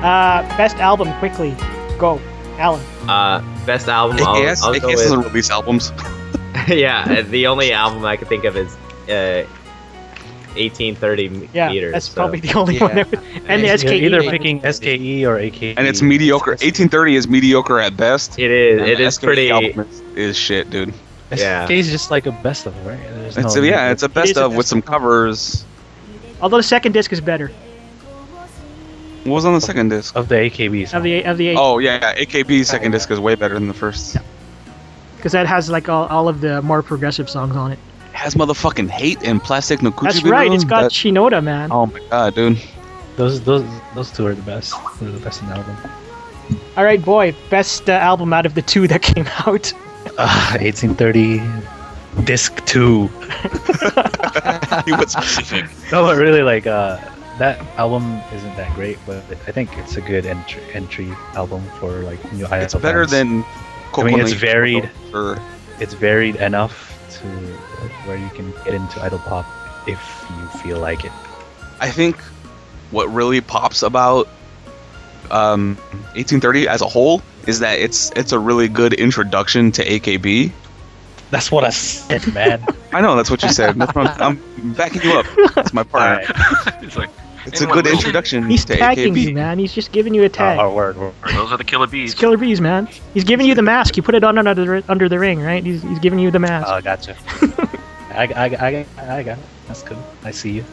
Uh, best album, quickly. Go, Alan. Uh, best album. I'll, AKS, I'll go with- AKS doesn't release albums. yeah, the only album I could think of is uh, 1830 m- Yeah, meters. that's so- probably the only Yeah. one. That, and the E. You're SKE. Either one. picking SKE or E. AKE. And it's mediocre. 1830 is mediocre at best. It is. and It the is SKE pretty. album is, is shit, dude. yeah. SKE E is just like a best of, right? There's It's no- a, yeah, it's a is best a of with best some of. covers. Although the second disc is better What was on the second disc? of the AKBs. of the of the eight Oh yeah, AKB's second disc is way better than the first. because that has like all, all of the more progressive songs on it. Has motherfucking hate and plastic no Kuchi That's video right. on It's got that- Shinoda, man. Oh my god, dude. Those those those two are the best. They're the best in the album. All right, boy. Best uh, album out of the two that came out. Uh, 1830, disc two. He was specific. No, but really, like uh, that album isn't that great, but I think it's a good entry entry album for like new It's idols. better than I mean, it's Kokonai varied. Or, it's varied enough to where you can get into idol pop if you feel like it. I think what really pops about um, 1830 as a whole is that it's it's a really good introduction to AKB. That's what I said, man. I know that's what you said. That's what I'm, I'm backing you up. That's my All part. right. it's like It's a Anyone good will. introduction He's to tagging you, AKB. man. He's just giving you a Uh, tag. our word. word. those are the killer bees. It's Killer Bees, man. He's giving you the mask. You put it on under under the ring, right? He's, he's giving you the mask. Oh, gotcha. I, I, I, I got it. That's good. I see you.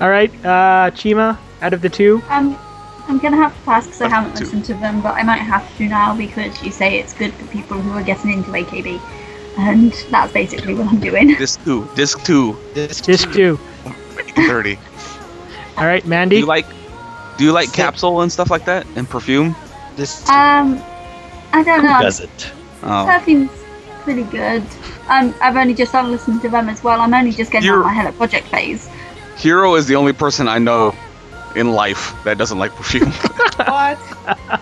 All right, uh, Chima, out of the two, Um, I'm gonna have to pass because I That's haven't two. listened to them, but I might have to now because you say it's good for people who are getting into AKB, and that's basically what I'm doing. Disc two, disc two, Disc disc two. 1830. All right, do Mandy. you like? Do you like Sick. capsule and stuff like that and perfume? Disc Um, I don't Uh-huh. know. Does it? Oh, Perfume's pretty good. Um, I've only just started listening to them as well. I'm only just getting out You're- of my Hello Project phase. Hero is the only person I know in life that doesn't like perfume. what?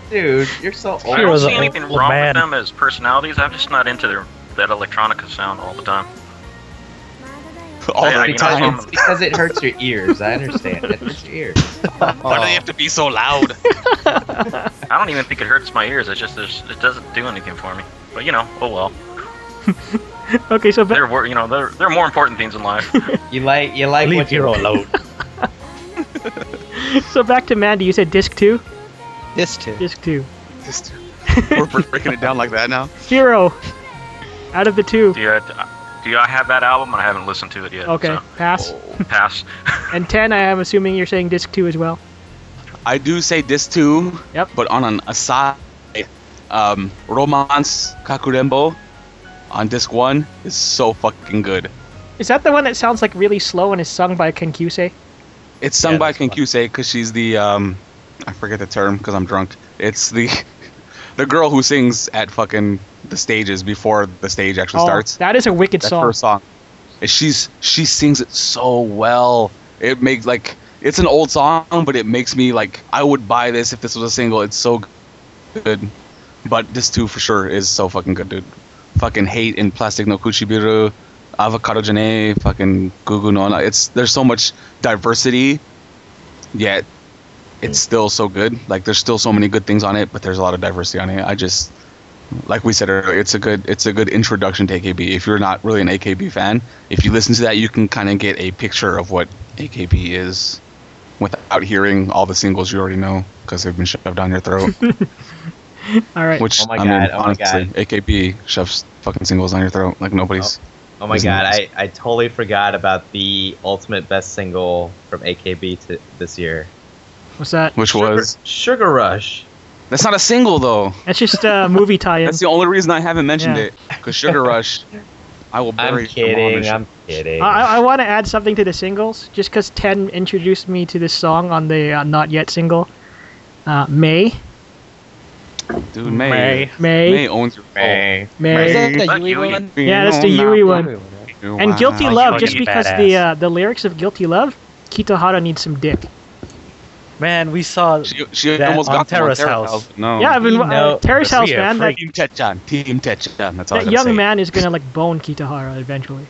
Dude, you're so old. I Here don't was see an anything old wrong man. with them as personalities. I'm just not into their that electronica sound all the time. All Yeah, the you know, time. um, It's because it hurts your ears. I understand. It hurts your ears. Why do they have to be so loud? I don't even think it hurts my ears. It's just there's, it doesn't do anything for me. But you know, oh well. okay, so There were you know there there are more important things in life. You like you like Leave what you Hero alone. so back to Mandy. You said disc two, This too. disc two. Just, we're we're breaking it down like that now. Hero, out of the two. do you uh, do you, I have that album? I haven't listened to it yet. Okay, so, Oh, pass. pass. And ten. I am assuming you're saying disc two as well. I do say disc two, Yep. but on an aside, um, Romance Kakurembo on disc one is so fucking good. Is that the one that sounds like really slow and is sung by Kenkyusei? It's sung Yeah, by that's fun. Kenkuse because she's the um, I forget the term because I'm drunk. It's the the girl who sings at fucking the stages before the stage actually Oh, starts. that is a wicked That's song. her song. And she's she sings it so well. It makes like it's an old song, but it makes me like I would buy this if this was a single. It's so good. But this too for sure is so fucking good, dude. Fucking hate in plastic no kuchibiru, avocado jane, fucking gugu no Na. It's there's so much diversity, yet it's Mm. still so good. Like there's still so many good things on it, but there's a lot of diversity on it. I just like we said earlier, it's a good it's a good introduction to AKB. If you're not really an AKB fan, if you listen to that, you can kind of get a picture of what AKB is without hearing all the singles you already know because they've been shoved down your throat. All right. Which Oh my I mean, God, oh my honestly, God. AKB shoves fucking singles down your throat like nobody's. Oh my Isn't god, I, it? I totally forgot about the ultimate best single from AKB to this year. What's that? Which Sugar- was Sugar Rush. that's not a single though. That's just a movie tie-in. That's the only reason I haven't mentioned Yeah. it. 'Cause it because Sugar Rush. I will bury I'm your mom kidding. and I'm kidding. I, I want to add something to the singles, just because Ten introduced me to this song on the uh, Not Yet single. Uh, May, shit. dude May. May. May, May owns your Hey. May. Is that Fuck the Yui you, you- one? Yeah, that's the Yui one. And Guilty Wow. Love, Like, just you because badass. the uh, the lyrics of Guilty Love, Kitohara needs some dick. Man, we saw She, she That almost on got them on Terrace House. No. yeah, I've been you uh, know, Terrace House, Lucia, man. That, Team Tetchan. Team Tetchan. That's all I that gotta young say. man is gonna like bone Kitohara eventually.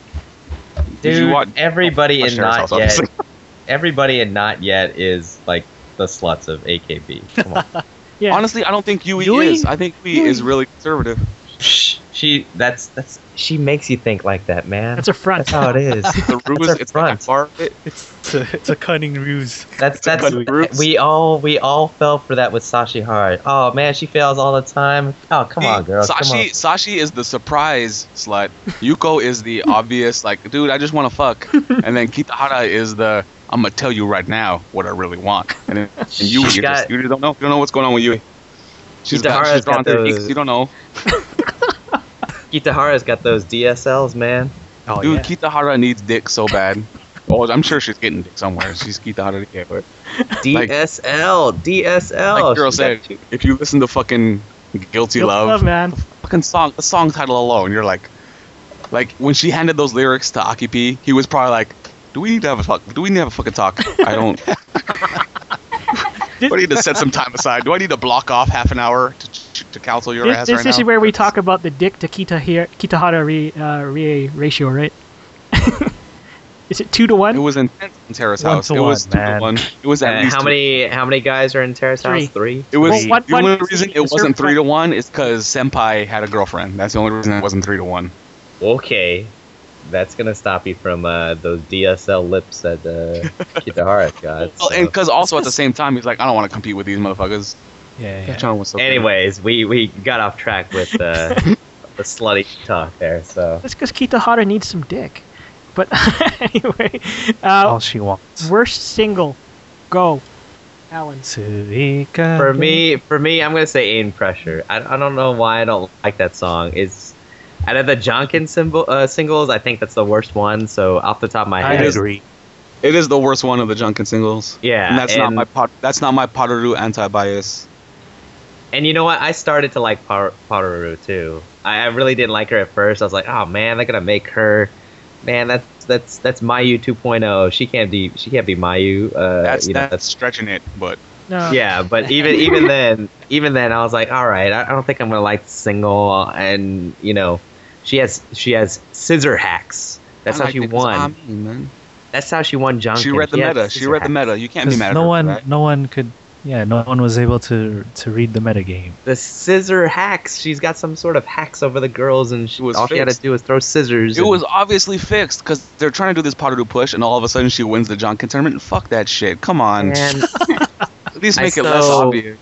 Did you Dude, watch- everybody watch in Terrace not House, yet. obviously. Everybody in not yet is like the sluts of AKB. Come on. Yeah. Honestly, I don't think Yui, Yui? is. I think Yui is really conservative. Psh, she that's that's she makes you think like that, man. that's a front. That's how it is. The ruse, our it's front. not far. It, It's a, it's a cunning ruse. That's It's a that's good group. we all we all fell for that with Sashi Hard. Oh man, she fails all the time. Oh come on, girl. Sashi, Come on. Sashi is the surprise slut. Yuko is the obvious, like, dude, I just want to fuck. And then Kitahara is the, I'm gonna tell you right now what I really want. And, then, and Yui, She's you got- just, you just don't know. You don't know what's going on with Yui. She's got, Kitahara's she's drawn got to her those- eeks, You don't know, Kitahara's got those DSLs, man. Oh dude. yeah. Kitahara needs dick so bad. Oh, I'm sure she's getting dick somewhere. She's Kitahara to get her. DSL, DSL. like girl She got said, two- if you listen to fucking Guilty You'll Love, love, man. fucking song, the song title alone, you're like, like when she handed those lyrics to Aki P, he was probably like, "Do we need to have a fuck? Do we need to have a fucking talk? I don't. do I need to set some time aside? Do I need to block off half an hour to, to counsel your This, ass this, right this now?" is where we talk about the dick to Kita here, Kitahara re, uh, re ratio, right? is it two to It one? was intense in Tara's One house. to It was one, two to man. one. It was at Uh, least how two- many how many guys are in Terrace Three. House? Three. It was Well, what- the only what- reason is your it wasn't three friend- to one is because Senpai had a girlfriend. That's the only reason it wasn't three to one. Okay, that's gonna stop you from uh, those DSL lips that uh, Kitahara's got. Well, so. and because also at the same time he's like, I don't want to compete with these motherfuckers. yeah, yeah. John was so good. Anyways, we, we got off track with uh, the slutty talk there. So That's because Kitahara needs some dick. But anyway, uh, All she wants. worst single, go, Alan. Suika. for me, for me, I'm gonna say "In Pressure." I, I don't know why I don't like that song. It's out of the Jonkin symbol, uh, singles, I think that's the worst one. So off the top of my I head, agree. It is the worst one of the Junkin singles. yeah, and that's not and- my pot. That's not my Potteru anti-bias. And you know what? I started to like Par- Paruru too. I, I really didn't like her at first. I was like, oh man, they're gonna make her. Man, that's that's that's Mayu 2.0. She can't be she can't be Mayu. Uh, That's you know, that's stretching it, but No. yeah. But even even then, even then, I was like, all right, I, I don't think I'm gonna like the single. And you know, she has she has scissor hacks. That's I how liked she it 'cause won. I'm mean, man. that's how she won. Junkin. She read the had meta. She scissor read the hacks. meta. You can't be 'Cause mad at no her for one, that. no one could. Yeah, no one was able to to read the metagame. The scissor hacks. She's got some sort of hacks over the girls, and she, It was all she had to fixed. do was throw scissors. It and- was obviously fixed because they're trying to do this Potteru push, and all of a sudden she wins the Junkin tournament. Fuck that shit. Come on. and At least I make it less so- obvious.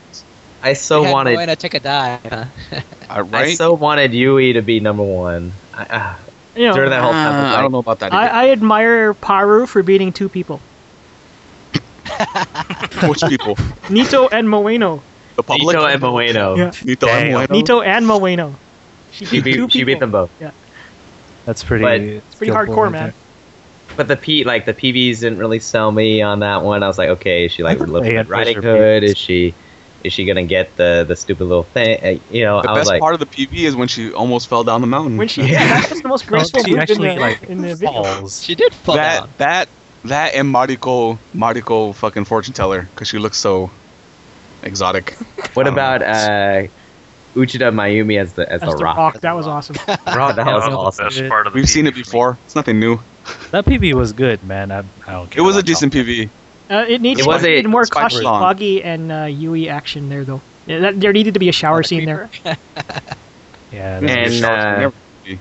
I so had wanted, Moana took a dive. Huh? Uh, I right? so wanted Yui to be number one. I, uh, You know, during that whole time, Uh, I don't know about that. I, I admire Paru for beating two people, Which people? Nito and Moeno. The public. Nito and Moeno. Yeah. Nito and Moeno? Nito and Moeno. She She beat, two beat, she beat people. them both. That's pretty. But- It's pretty skillful hardcore, right man. But the P like the PBs didn't really sell me on that one. I was like, okay, is she like I thought looking they at had Riding pressure Hood? PBs. Is she is she gonna get the the stupid little thing? Uh, you know, The I was best like, part of the PV is when she almost fell down the mountain. When she, yeah, that was the most there. graceful she move in actually the, like in the video. falls. She did fall that down. that that and Mariko Mariko fucking fortune teller because she looks so exotic. what I don't about uh, Uchida Mayumi as the as, That's the the rock? rock. That was awesome. Rock, that was That was the awesome. best part of the We've seen it PvP for me. before. It's nothing new. That PB was good, man. I, I don't care. It was a about decent PV. Uh, it needs It it was a- more it's quite Kashi, long. Foggy, and uh, Yui action there, though. Yeah, that, there needed to be a shower scene there. that. Yeah. It's That, And- a uh, short-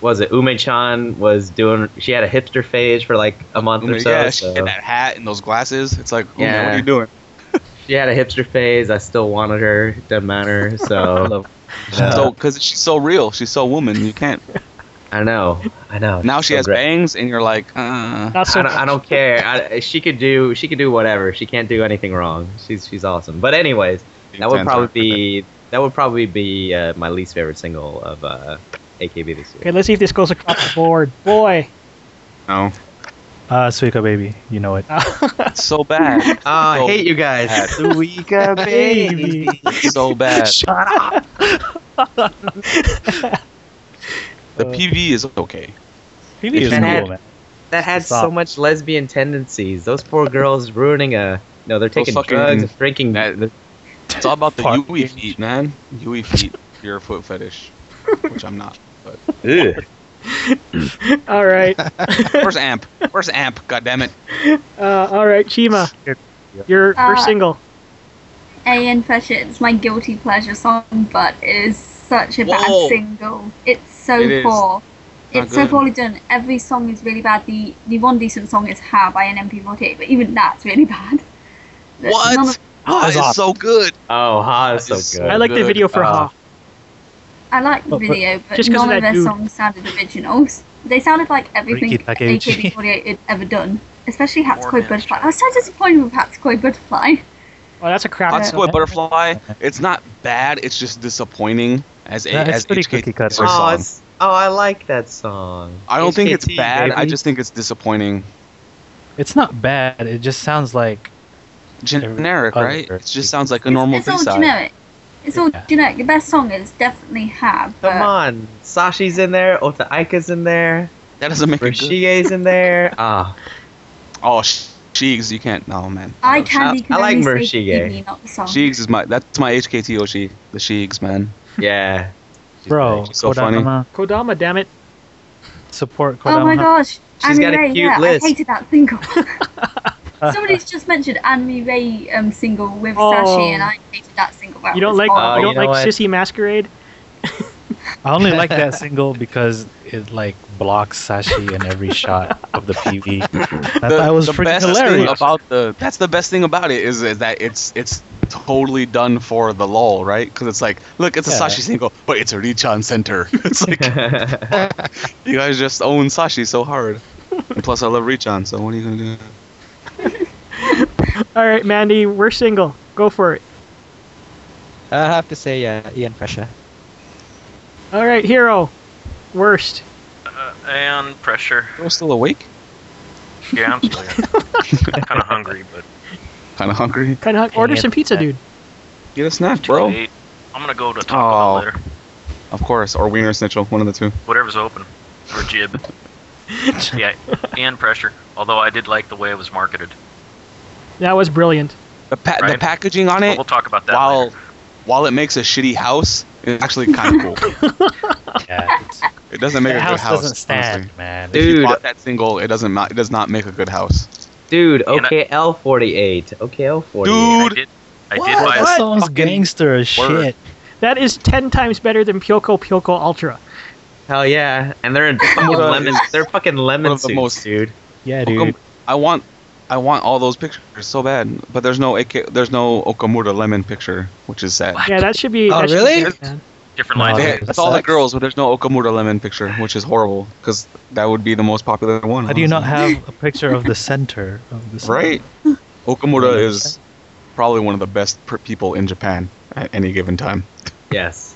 Was it Ume-chan was doing? She had a hipster phase for like a month or so. yeah, she so. had that hat and those glasses. It's like, oh, man, Yeah. what are you doing? She had a hipster phase. I still wanted her. Doesn't matter. So She's so because she's so real, she's so woman. You can't. I know. I know. Now she So has great. bangs, and you're like, uh. Not so I don't, I don't care. I, she could do. She could do whatever. She can't do anything wrong. She's she's awesome. But anyways, that would probably be that would probably be uh, my least favorite single of uh, AKB this Okay, year. let's see if this goes across the board. Boy, no. uh, Suika baby, you know it. It's so bad. Oh, I So hate you guys. bad. Suika baby. It's so bad. Shut up. Uh, the PV is okay. PB If is it cool, had- man. That had Stop. so much lesbian tendencies. Those poor girls ruining a. No, they're Those taking fucking- drugs, and drinking. That- It's all about the Part- Yui feet, man. Yui feet. You're a foot fetish, which I'm not. But all right, where's Amp? Where's Amp? God damn it! uh, all right, Chima. Your Uh, first single. Ian Freshett, it's my guilty pleasure song, but it is such a Whoa. bad single. It's so It is. poor. Not It's so good. poorly done. Every song is really bad. The the one decent song is "Ha" by an MP48, but even that's really bad. There's What? none of- Ah, Huzzah. it's so good. Oh, ha, is That is so good. I like the good, video for uh, Ha. I like the But- but- video, but Just 'cause of none of that their dude. songs sounded originals. They sounded like everything Freaky package. AKB48 had ever done, especially Poor Hatsuko man. Butterfly. I was so disappointed with Hatsuko Butterfly. Oh, that's a crap. Hot Yeah. Squid Butterfly. It's not bad. It's just disappointing as a, Yeah, it's as pretty HK cookie cutter. first oh, song. it's, oh, I like that song. I don't think it's HKT, bad. I baby. just think it's disappointing. It's not bad. It just sounds like Generic, Other- right? It just sounds like a normal It's all B-side. generic. It's all Yeah. generic. The best song is definitely "Ha," Come but on, Sashi's in there, Otaika's in there, That doesn't make it good. Rishie's in there. Ah, Oh, sh- Sheeks, you can't. No, man. I candy Oh, I- can I like only Mercy say Gay. TV, not the song. Sheeks is my. That's my HKT Oshi. The Sheeks, man. yeah. bro. so funny. Kodama, Kodama, damn it. support Kodama. oh my gosh, She's Annie got a Ray, cute yeah, list. I hated that single. Somebody's just mentioned Annie Ray um, single with Sashi, and Oh. I hated that single. That You don't was like Oh, you horrible. don't you know like what? Sissy Masquerade? I only like that single because it like blocks Sashi in every shot of the PV. That I was freaking best hilarious. Thing about the that's the best thing about it is, is that it's it's totally done for the lol, right? Because it's like, look, it's a Yeah. Sashi single, but it's a Richan center. it's like yeah, you guys just own Sashi so hard. And plus, I love Richan, so what are you gonna do? All right, Mandy, we're single. Go for it. I have to say, yeah, Ian Fresha. All right, hero. Worst. Uh, and pressure. You're still awake? Yeah, I'm still kind of hungry, but Kind of hungry? Kind of order Hang it. some pizza, dude. Get a snack, bro, bro. I'm gonna go to Taco Oh. Bell later. Of course, or Wiener Snitchel, one of the two. Whatever's open, or jib. yeah, and pressure. Although I did like the way it was marketed. That was brilliant. The pa- the Right. packaging on But it, we'll talk about that. while later. while it makes a shitty house, it's actually kind of cool. Yeah, it's- It doesn't make the a good house, house. doesn't stand, honestly. man. If you Dude. bought that single, it doesn't. Not, it does not make a good house. dude. And I- OKL forty eight. OKL forty eight. And Dude. I did. I What? did buy. That What? song's Fucking gangster as word. shit. That is ten times better than Pyoko Pyoko Ultra. Hell yeah! And they're in fucking One of the- lemon. They're fucking lemon one of the suits, most- dude. Yeah, Okum- dude. I want, I want all those pictures so bad, but there's no AK, there's no Okamura lemon picture, which is sad. Yeah, that should be. Oh, that should really? be it, man. Different No, lines. They- it it's all the sucks. girls, but there's no Okamura lemon picture, which is horrible because that would be the most popular one. How do you not honestly. have a picture of the center of the center? Right. Okamura is probably one of the best per- people in Japan at any given time. Yes.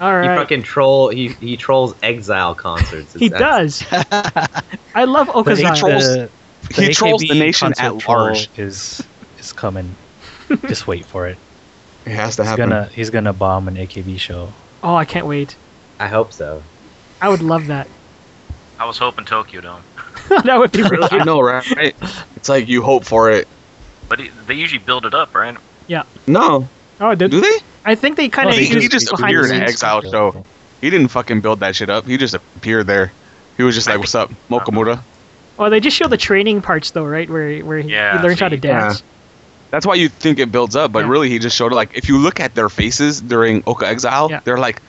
All He right. fucking troll. He he trolls exile concerts. He It's- does. I love But Okazai. the- trolls- the he trolls AKB the nation concert at troll large. Is is coming. Just wait for it. It has to He's happen. gonna he's gonna bomb an AKB show. Oh, I can't wait. I hope so. I would love that. I was hoping Tokyo Dome, that would be really. I know, right? right? It's like you hope for it. but it, they usually build it up, right? No, Oh, dude, do they? I think they kind No, of they he, do he just behind the appeared in scenes. Exile Show. He didn't fucking build that shit up. He just appeared there. He was just like, "What's up, Mokamura?" Well, Oh, they just show the training parts though, right? Where where he, Yeah, he learns so how to you- dance. That's why you think it builds up, but Yeah. really he just showed it. Like, if you look at their faces during Oka Exile, Yeah. they're like,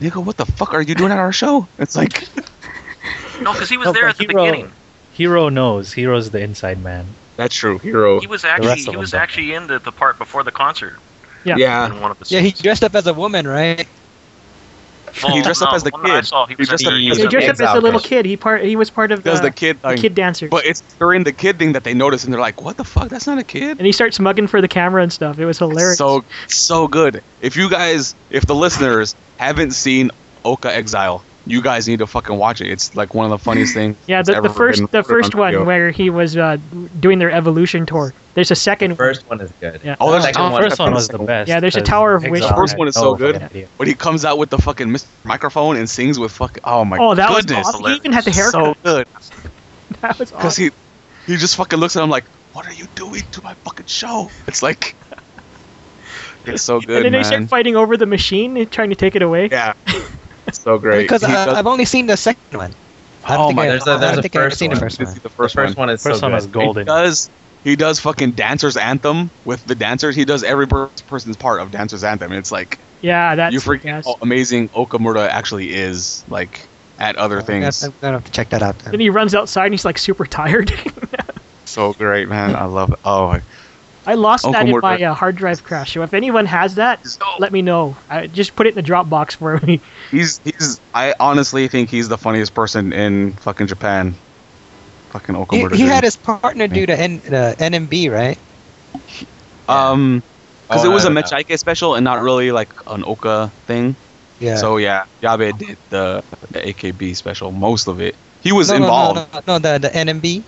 "Nigga, what the fuck are you doing at our show?" It's like, No, because he was No, there but at the he wrote- beginning. Hero knows. Hero's the inside man. that's true, hero. He was rest actually of he them was don't. actually in the, the part before the concert Yeah. Yeah, in one of the Yeah, he scenes. dressed up as a woman, right? Well, he dressed up no, as the one that I kid. saw, he He was in dressed up- the- he he was was He in the dressed up as Exile a little Show. kid. He part. He was part of the, does the kid the thing. kid dancer. But it's during the kid thing that they notice, and they're like, "What the fuck? That's not a kid." and he starts mugging for the camera and stuff. It was hilarious. So so good. If you guys, if the listeners haven't seen Oka Exile, you guys need to fucking watch it. It's like one of the funniest things. yeah, that's the, the ever first been the recorded first on one video. where he was uh, doing their evolution tour. There's a second. First one is good. Yeah. Oh, there's a Second tower- The one- first one was the best. Yeah, there's a 'cause Tower of Wish. Exile The first had one is no so good. fucking idea. When he comes out with the fucking mis- microphone and sings with fucking oh my Oh, that goodness, was awesome. He even had the It's haircut. so good. that was Because awesome. he he just fucking looks at him like, what are you doing to my fucking show? It's like it's so and good, then they start man. fighting over the machine, and trying to take it away. Yeah, it's so great. Because He I, does- I've only seen the second one. I don't Oh think my- I, there's a- I don't there's a think I've first seen one. the first This one. is the The first, first one. one is First so one good. was golden. He does he does fucking Dancer's Anthem with the dancers. He does every per- person's part of Dancer's Anthem. And it's like, Yeah, that's you forget yes. how amazing Okamura actually is, like, at Oh, other things. I'm gonna have to check that out. Then. Then he runs outside and he's like super tired. So great, man. I love it. Oh, I lost that Uncle in Mort- my uh, hard drive crash. So if anyone has that, let me know. I, just put it in the Dropbox for me. he's, he's, I honestly think he's the funniest person in fucking Japan. Fucking He, Okamura. he dude. had his partner do the, N, the NMB, right? Um, because Oh, it was no, a no, no. Mechaike special and not really like an Oka thing. Yeah. So yeah, Yabe did the, the AKB special, most of it. He was no, no, involved. No, no, no, the, the NMB.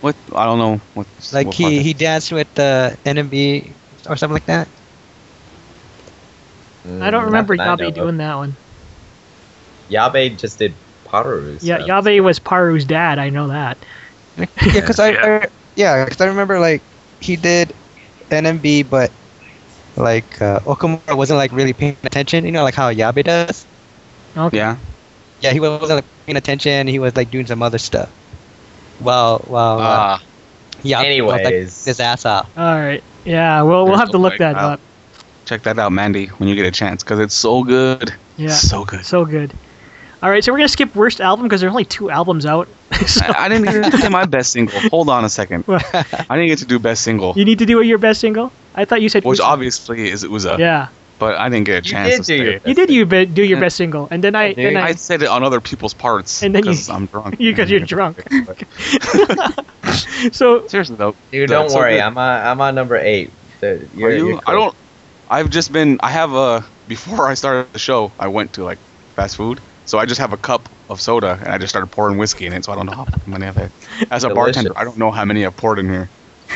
What I don't know. What Like what he, he danced with the NMB or something like that. I don't remember Nothing Mm, I Yabe know of. doing that one. Yabe just did Paru's. Yeah, stuff. Yabe was Paru's dad. I know that. Yeah, because I, Yeah. I yeah, 'cause I remember like he did NMB, but like uh, Okamura wasn't like really paying attention. You know, like how Yabe does. Okay. Yeah. Yeah, he wasn't like, paying attention. He was like doing some other stuff. Well, well, uh, Ah, yeah. was, like, Anyways, his ass off. All right. Yeah. Well, we'll There's have to no look way that out. up. check that out, Mandy, when you get a chance, because it's so good. Yeah. So good. So good. All right. So we're gonna skip worst album because there's only two albums out. so I, I didn't even do my best single. Hold on a second. I didn't get to do best single, you need to do your best single. I thought you said which Uso. obviously is Uza, Yeah. but I didn't get a you chance. did to do your say it. You did you be- do your best single, and then I Yeah, then dude. I I said it on other people's parts And then you- because I'm drunk. you because you're drunk. so Seriously though, Dude, That's don't so worry. good. I'm on, I'm on number eight. The- Are you're- you? you're I don't. I've just been. I have a. Before I started the show, I went to like fast food, so I just have a cup of soda and I just started pouring whiskey in it. So I don't know how many I've had. As a bartender, Delicious. I don't know how many I've poured in here,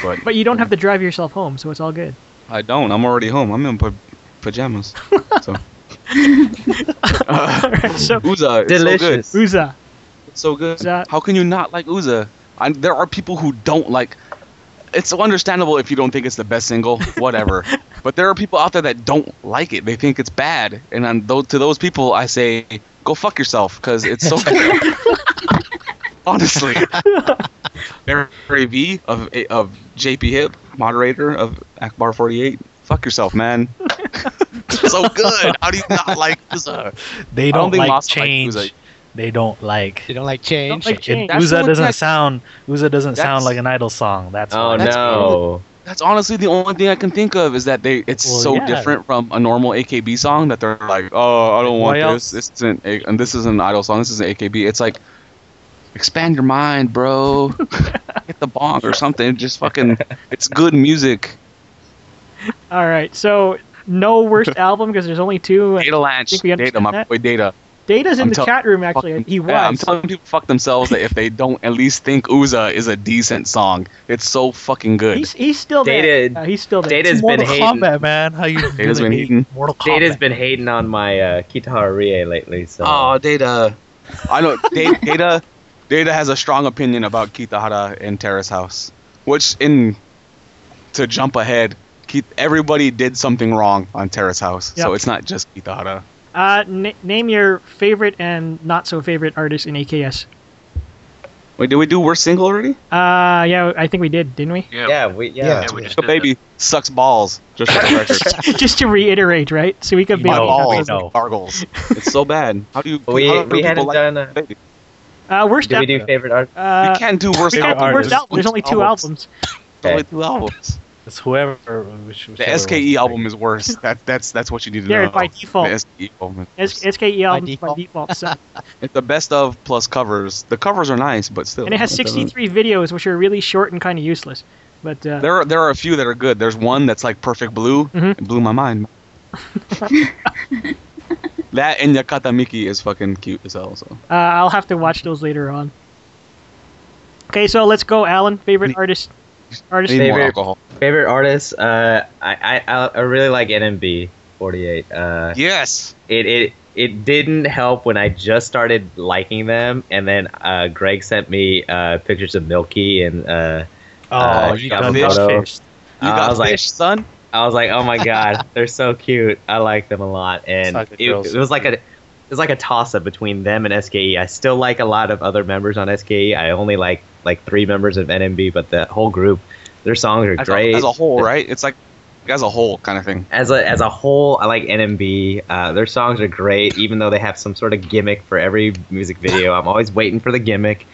but But you don't have to drive yourself home, so it's all good. I don't. I'm already home. I'm in pa- pajamas. So. uh, Alright, so Uza, it's so good. delicious. Uza. It's so good. Uza. How can you not like Uza? I, there are people who don't like. It's so understandable if you don't think it's the best single, whatever. but there are people out there that don't like it. They think it's bad, and on those, to those people, I say, go fuck yourself, because it's so good. Honestly, Barry V of of JP Hip, moderator of Akbar Forty Eight. Fuck yourself, man. It's so good. How do you not like Uza? They don't don't, think like Masa likes change. Uza. they don't like. You don't like change. Don't like And change. That's Uza what doesn't that's- sound. Uza doesn't That's- sound like an idol song. That's Oh why. That's no! That's honestly the only thing I can think of is that they it's Well, so yeah. different from a normal AKB song that they're like, oh, I don't want Why this. This isn't a- and this isn't an idol song. This is an AKB. It's like expand your mind, bro. Hit the bong or something. Just fucking. It's good music. All right, so no worst album because there's only two. Data Lanch. think we Data, understand my that. boy. Data. Data's in I'm the tell- chat room actually. Fucking- he was. Yeah, I'm telling people fuck themselves that if they don't at least think Uza is a decent song, it's so fucking good. he's, he's still there. Data- Yeah, he's still there. Data's been Mortal hating. Kombat, man. How you Data's been really hate eating. Mortal Kombat. Data's been hating on my uh, Kitara Rie lately. So Oh, Data. I know Da- Data. Data has a strong opinion about Kitahara and Terrace House, which in to jump ahead, Keith, everybody did something wrong on Terrace House, so Yep. it's not just Kitahara. Uh, n- name your favorite and not so favorite artist in AKS. Wait, did we do worst single already? Uh, yeah, I think we did, didn't we? Yeah. yeah, we yeah. Yeah. yeah, we just The did baby sucks balls. Just for the record, Just to reiterate, right? So we could be. my know, balls we know. gargles. It's so bad. How do you? how We do we people hadn't like done. A, Baby? Uh, worst did we album. do favorite art? Uh, you can't do worst we can't album. do worst artists. album. There's only two albums. There's only two albums. It's whoever. Which, The whichever SKE one. album is worse. That that's that's what you need to They're know. by default. The SKE album is worse. S- SKE albums by default. default. So. It's the best of plus covers. The covers are nice, but still. And it has 63 videos, which are really short and kind of useless. But uh, There are there are a few that are good. There's one that's like perfect blue. Mhm. It blew my mind. that and Yakata Miki is fucking cute as hell. So Uh, I'll have to watch those later on. Okay, so let's go, Alan. Favorite Any- artist? I Artist? need more Favorite- alcohol. Favorite artists? Uh, I I I really like NMB 48. Uh, Yes. it it it didn't help when I just started liking them, and then uh, Greg sent me uh, pictures of Milky, and uh, Oh, Uh, you Shadow done Photo. got fished. You Uh, I got was like- fish, son. I was like, oh my god, they're so cute. I like them a lot, and Suck it, it, it girls. was like a it was like a toss up between them and SKE. I still E. like a lot of other members on SKE. I only like like three members of NMB, but the whole group Their songs are as, a, great as a whole, right? It's like as a whole kind of thing. as a as a whole, I like NMB. Uh, their songs are great, even though they have some sort of gimmick for every music video. I'm always waiting for the gimmick.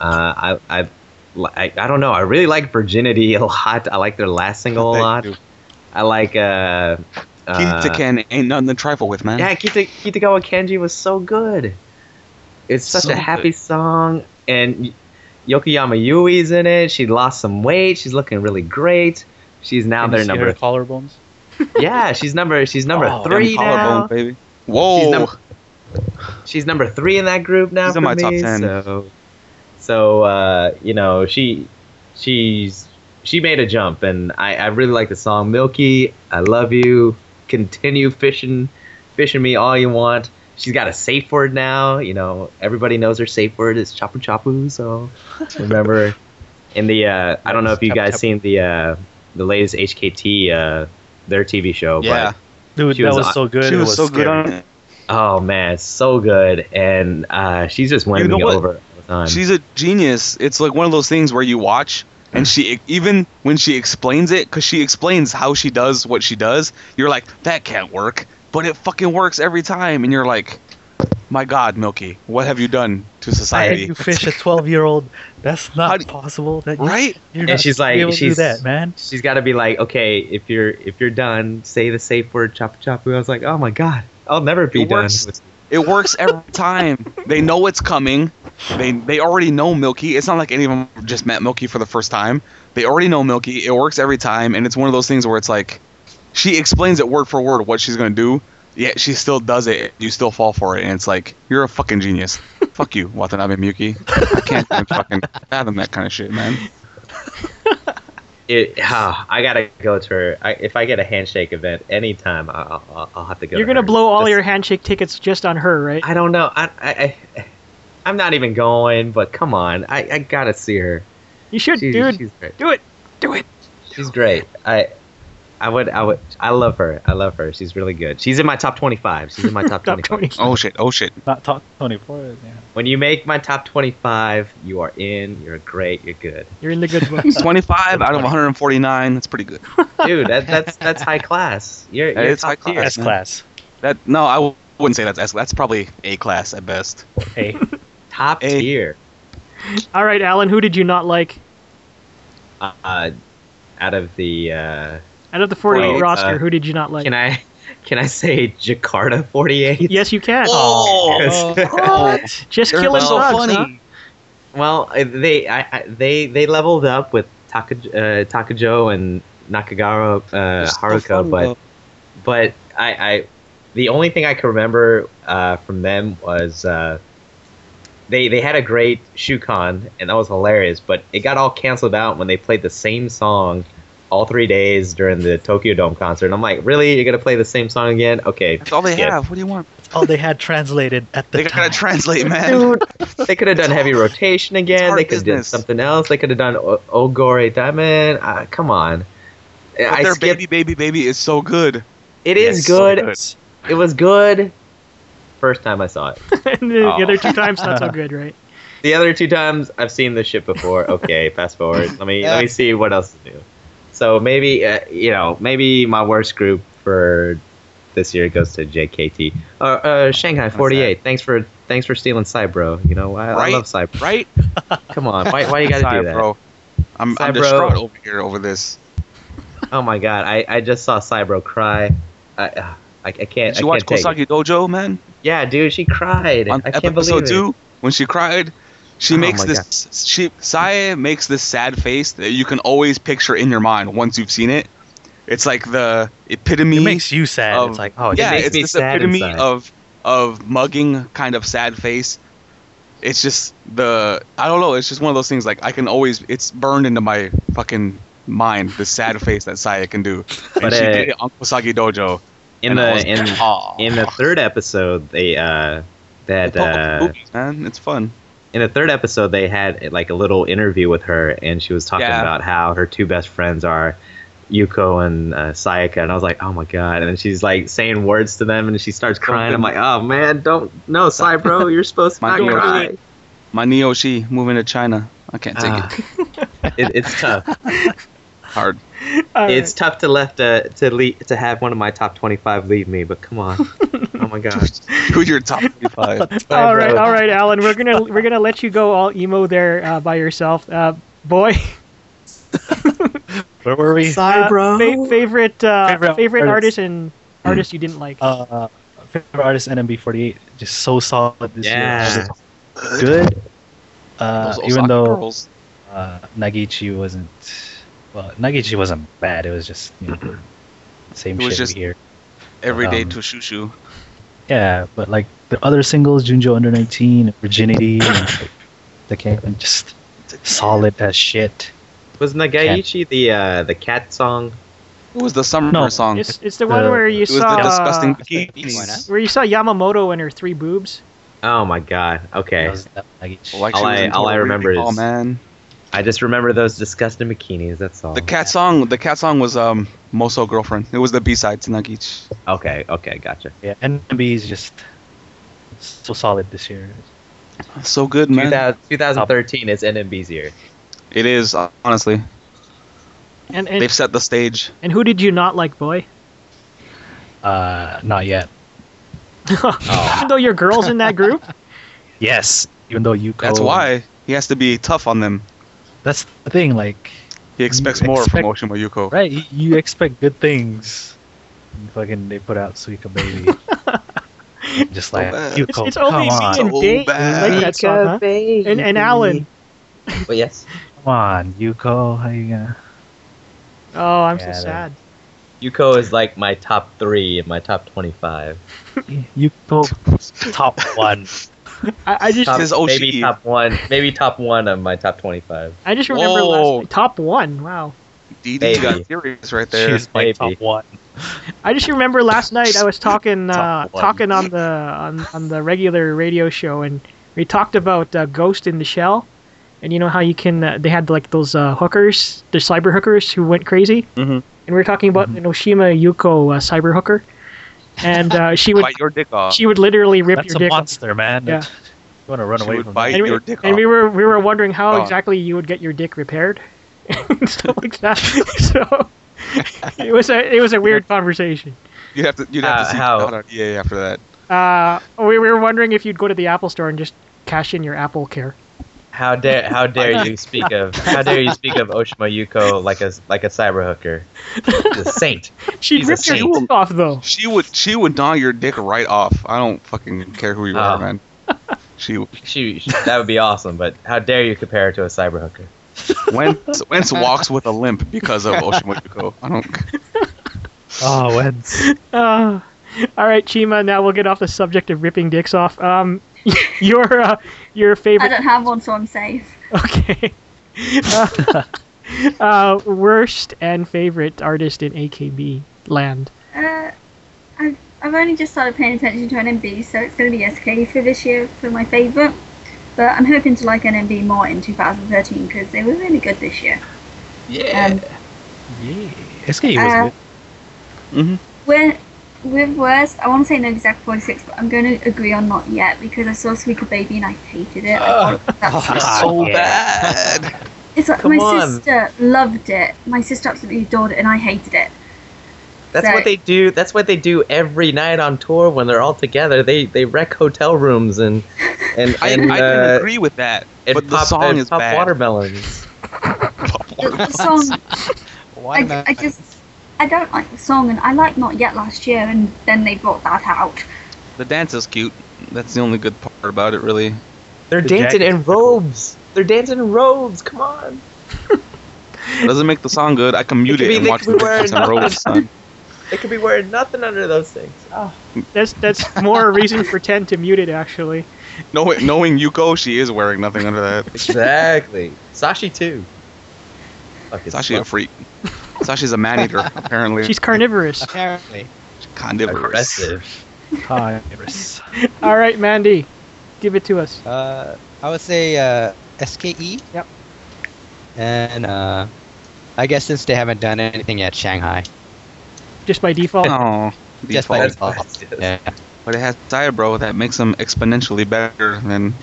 Uh, I, I I I don't know. I really like Virginity a lot. I like their last single a lot. I like uh, uh Keith Ken ain't nothing to trifle with, man. yeah, Kita Kitagawa Kenji was so good. It's such So a happy good. song, and Yokoyama Yui's in it. She lost some weight. She's looking really great. She's now Can their you see number. her collarbones. yeah, she's number. She's number Oh, Damn three collarbone, now. baby. She's Whoa! number- She's number three in that group now. She's for in my top me, 10. So, so uh, you know, she, she's, she made a jump, and I, I really like the song "Milky." I love you. Continue fishing, fishing me all you want. She's got a safe word now. You know, everybody knows her safe word is chapu chapu. So remember, in the uh, I don't know if you Chapu guys chapu. seen the uh, the latest HKT uh, their TV show. yeah. But Dude, She that was was on- so good. she it was, so scary. good on it. Oh man, it's so good, and uh, she's just winning know me what? over all the time. She's a genius. It's like one of those things where you watch and she even when she explains it cuz she explains how she does what she does, you're like that can't work, but it fucking works every time and you're like my god, Milky, what have you done to How do society? you fish a 12 year old? That's How not do- possible. That you, right? You're And not she's gonna like- be able to do she's- that, man. she's got to be like, okay, if you're if you're done, say the safe word, chop chop. I was like, oh my god, I'll never be It done. works. with- It works every time. They know it's coming. They they already know Milky. It's not like any of them just met Milky for the first time. They already know Milky. It works every time, and it's one of those things where it's like, she explains it word for word what she's gonna do. Yet she still does it. You still fall for it, and it's like you're a fucking genius. Fuck you, Watanabe Miyuki. I can't even fucking fathom that kind of shit, man. It, ah, I gotta go to her. I, if I get a handshake event anytime, I- I'll, I'll, I'll have to go. You're to gonna her. blow all Just- your handshake tickets just on her, right? I don't know. I I. I I'm not even going, but come on, I, I gotta see her. you should, She's, dude. she's great. do it, do it. She's great. I, I would, I would, I love her. I love her. She's really good. She's in my top twenty-five. She's in my top Top twenty-five. twenty. Oh shit. Oh shit. Not top 24. Yeah. When you make my top 25, you are in. You're great. You're good, You're in the good books. 25 out of 149. That's pretty good. dude. That, that's that's high class. You're, That you're is top high tier. Yes, S man. class. That no, I w- wouldn't say that's S. That's probably A class at best. Hey, Top Eh. tier. all right, Alan. Who did you not like Uh, out of the, uh, out of the 48 Well, roster? uh, who did you not like? can I, can I say Jakarta 48? yes, you Oh, can. Oh, Just They're killing so bugs, funny. huh? Well, I- they I, I, they they leveled up with Taka, uh, Takajo and Nakagara uh, Just the Haruka, fun but level. but I, I the only thing I can remember uh, from them was uh, they they had a great Shukan and that was hilarious, but it got all canceled out when they played the same song all three days during the Tokyo Dome concert. And I'm like, really, you're gonna play the same song again? Okay, That's all they Yeah. have. What do you want? that's all Oh, they had translated at the They time. gotta translate, man. dude. They could have done heavy rotation again. hard They could have done business. something else. They could have done O- Ogore Diamond. Uh, come on. But I their skipped- baby, baby, baby is so good. It Yeah, is it's so good. It was good. First time I saw it. and the Oh. other two times, not so good, right? The other two times I've seen this shit before. Okay, fast forward. Let me let me see what else is new. So maybe uh, you know maybe my worst group for this year goes to JKT. Uh, uh, Shanghai sad. 48. Thanks for thanks for stealing Cybro. You know I, I Right? love Cybro. Right? Come on, why why you gotta Sorry, do that? bro. I'm, Sorry, I'm bro. distraught over here over this. Oh my god, I, I just saw Cybro cry. I, uh, I, I can't. Did you I watch can't take it. Kosaki Dojo, man? Yeah, dude, she cried. On I can't episode believe two, it. when she cried, she Oh makes my this. She Saya makes this sad face that you can always picture in your mind once you've seen it. It's like the epitome. It makes you sad. Um, it's like, oh, yeah, makes it's me this sad epitome inside. of of mugging kind of sad face. It's just the I don't know. It's just one of those things. Like I can always, it's burned into my fucking mind the sad face that Saya can do. And But, she uh, did it on Kosagi Dojo. In and I was the in like, "Aw." in the third episode, they uh that They put up the uh movies, man, it's fun. in the third episode they had like a little interview with her, and she was talking Yeah. about how her two best friends are. Yuko and uh, Sayaka, and I was like, "Oh my god!" And then she's like saying words to them, and she starts crying. I'm like, "Oh man, don't no, Cybro, you're supposed to not My dear. cry." My Neo Shi moving to China. I can't take Ah. it, it's tough. hard. All right. It's tough to left uh, to leave, to have one of my top 25 leave me, but come on. oh my god. Who's your top 25? all right, all right, Alan. We're gonna we're gonna let you go all emo there uh, by yourself, uh, boy. Where were we? Uh, Sorry, bro. fa- favorite uh, favorite, Favorite artist artist. and artist you didn't like. Uh, favorite artist NMB48, just so solid this Yeah. year. Just good. Uh, Those even Osaka though girls. uh, Nagichi wasn't, well, Nagichi wasn't bad. It was just you know, same It was shit just- here. every day um, to shushu. Yeah, but like the other singles, Junjo Under 19, and Virginity, and, like, the can just solid as shit. Was Nagaichi the uh, the cat song? It was the summer No, song. It it's, it's the one the- where you Um, was saw the uh, disgusting Why not? bikinis. where you saw Yamamoto and her three boobs. Oh my god. That Okay. was- that was Nagichi. Well, All it was I- in all I Totally remember Recall, is- man. I just remember those disgusting bikinis. That's all. The cat song. The cat song was um Moso girlfriend. It was the B side to Nagich. Okay. Okay. Gotcha. Yeah, NMB is just so solid this year. So good, man. 2000, 2013 is NMB's year. It is uh, honestly. And and, They've set the stage. and who did you not like, boy? Uh, not yet. Even though you're girls in that group, Yes, even though Yuko. That's why he has to be tough on them. That's the thing. Like, He expects You more expect- from Oshima Yuko. right? You, you expect good things. And fucking, they put out Suika Baby. just like bad. Yuko, it's, it's Oh, come only me on, and So Dave bad. like that song, huh? and and Alan. But yes, come on, Yuko. How you gonna? Oh, I'm Yeah, that- so sad. Yuko is like my top three in my top 25. Yuko, top one. I, I just Top, His E. OG. maybe top one. Maybe top one of my top 25. I just remember Whoa. last top one. Wow. DD Baby. got serious right there. She's my Baby. top one. I just remember last night I was talking uh, Top one. talking on the on, on the regular radio show, and we talked about uh, Ghost in the Shell, and you know how you can uh, they had like those uh, hookers, the cyber hookers who went crazy, Mm-hmm. Mhm. and we were talking about an Oshima Yuko uh, cyber hooker, and uh, she would Bite your dick off. she would literally rip That's your a dick. off. monster, man. Yeah. You wanna run She away would from bite that? And, we, your dick and we off. were we were wondering how Gone. exactly you would get your dick repaired, and stuff like that. so it was a it was a weird conversation. You'd have to. You'd have Uh, to see how? how? Yeah, after that. Uh, we were wondering if you'd go to the Apple store and just cash in your Apple Care. How dare how dare you speak of how dare you speak of Oshima Yuko like a like a cyber hooker, the saint. She She's a ripped your saint. dick off though. She would. She would gnaw your dick right off. I don't fucking care who you Oh. are, man. She She, she that would be awesome, but how dare you compare her to a cyber hooker? Wentz, Wentz walks with a limp because of Oshima Yuko. I don't. Oh, Wentz. Uh, all right, Chima. Now we'll get off the subject of ripping dicks off. Um, your uh, your I favorite. don't have one, so I'm safe. Okay. Uh, uh, worst and favorite artist in AKB land. Uh, I've, I've only just started paying attention to NMB, so it's going to be SK for this year for my favourite. But I'm hoping to like NMB more in 2013 because they were really good this year. Yeah. Um, Yeah. SK was Uh, good. when, with worst, I want to say no exact 46, but I'm going to agree on not yet because I saw Sweet Baby and I hated it. I can't- that's- so bad. it's like come my on. sister loved it. My sister absolutely adored it and I hated it. That's what they do. That's what they do every night on tour when they're all together. They they wreck hotel rooms and and I, and, uh, I can agree with that, and but the pop, song and is pop bad. watermelons. The, the song, Why I, not? I just, I don't like the song and I liked Not Yet last year and then they brought that out. The dance is cute. That's the only good part about it, really. They're The dancing jacket- in robes. They're dancing in robes. Come on. It doesn't make the song good. I can mute could it be and Nick watch the Warren. Dixon Rose son. They could be wearing nothing under those things. Oh. That's that's more reason for ten to mute it actually. Knowing, knowing Yuko, she is wearing nothing under that. Exactly. Sashi too. Fuck, It's it's actually a fuck- freak. It's actually a man eater, apparently. She's carnivorous. Apparently. carnivorous. aggressive. Congress. All right, Mandy, give it to us. Uh, I would say uh, SKE. Yep. And uh, I guess since they haven't done anything yet, Shanghai. Just by default. Oh, Just by default. That's default. what it is. Yeah. But it has Diabro that makes them exponentially better than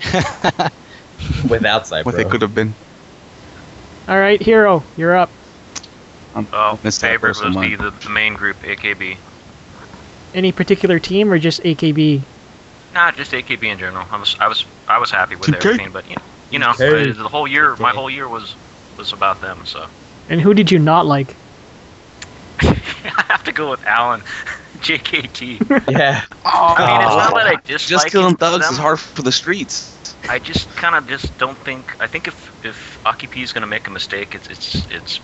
Without cyber. what they could have been. All right, Hero, you're up. I'm Oh, missed that favorite first would one. be the, the main group, AKB. Any particular team or just AKB? Nah, just AKB in general. I was I was I was happy with 2K. everything, but you know, you know, 2K. uh, the whole year, my 2K. whole year was was about them. So And who did you not like? I have to go with Alan, JKT. Yeah. Oh, I mean, it's not that I dislike just killing them, thugs is hard for the streets. I just kind of just don't think. I think if if Aki P is gonna make a mistake, it's it's it's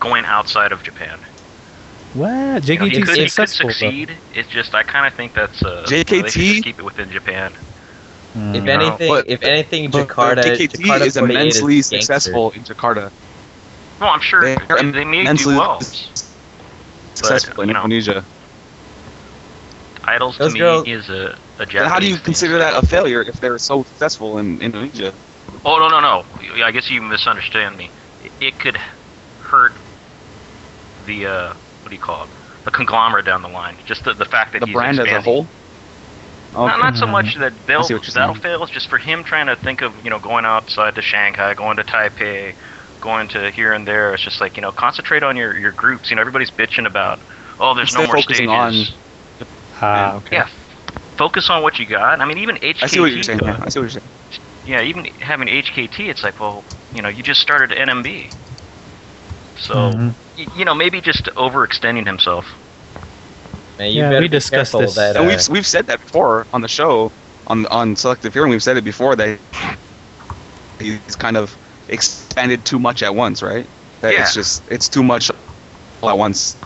going outside of Japan. Wow, You know, JKT he could, he could successful. though. succeed. It's just I kind of think that's uh, they should JKT? just keep it within Japan. Hmm. If Yeah. anything, But- if anything, But uh, Jakarta, KKT Jakarta is 48 immensely gangster. successful in Jakarta. Well, I'm sure They are they, they may do immensely well. Successful in you know, Indonesia. Idols to Those me girls- is a, a Japanese. Then how do you thing. consider that a failure if they're so successful in Indonesia? Oh no no no! I guess you misunderstand me. It, it could hurt the uh, what do you call it? The conglomerate down the line. Just the, the fact that The he's brand as a expanding. whole. Not, Okay. not so much that they'll see what you're that'll saying. fail. It's just for him trying to think of you know going outside to Shanghai, going to Taipei, going to here and there. It's just like you know concentrate on your your groups. You know everybody's bitching about oh there's Instead no of more focusing stages. on- Ah, okay. Yeah, focus on what you got. I mean even HKT. I see what you're saying. uh, Yeah, I see what you're saying. yeah, even having HKT, it's like, well, you know, you just started NMB. So, Mm-hmm. Mhm. y- you know, maybe just overextending himself. Man, you Yeah, better be we discussed careful this. That, uh, And we've we've said that before on the show, on on selective hearing. We've said it before that he's kind of expanded too much at once, right? That it's Yeah. just it's too much all at once.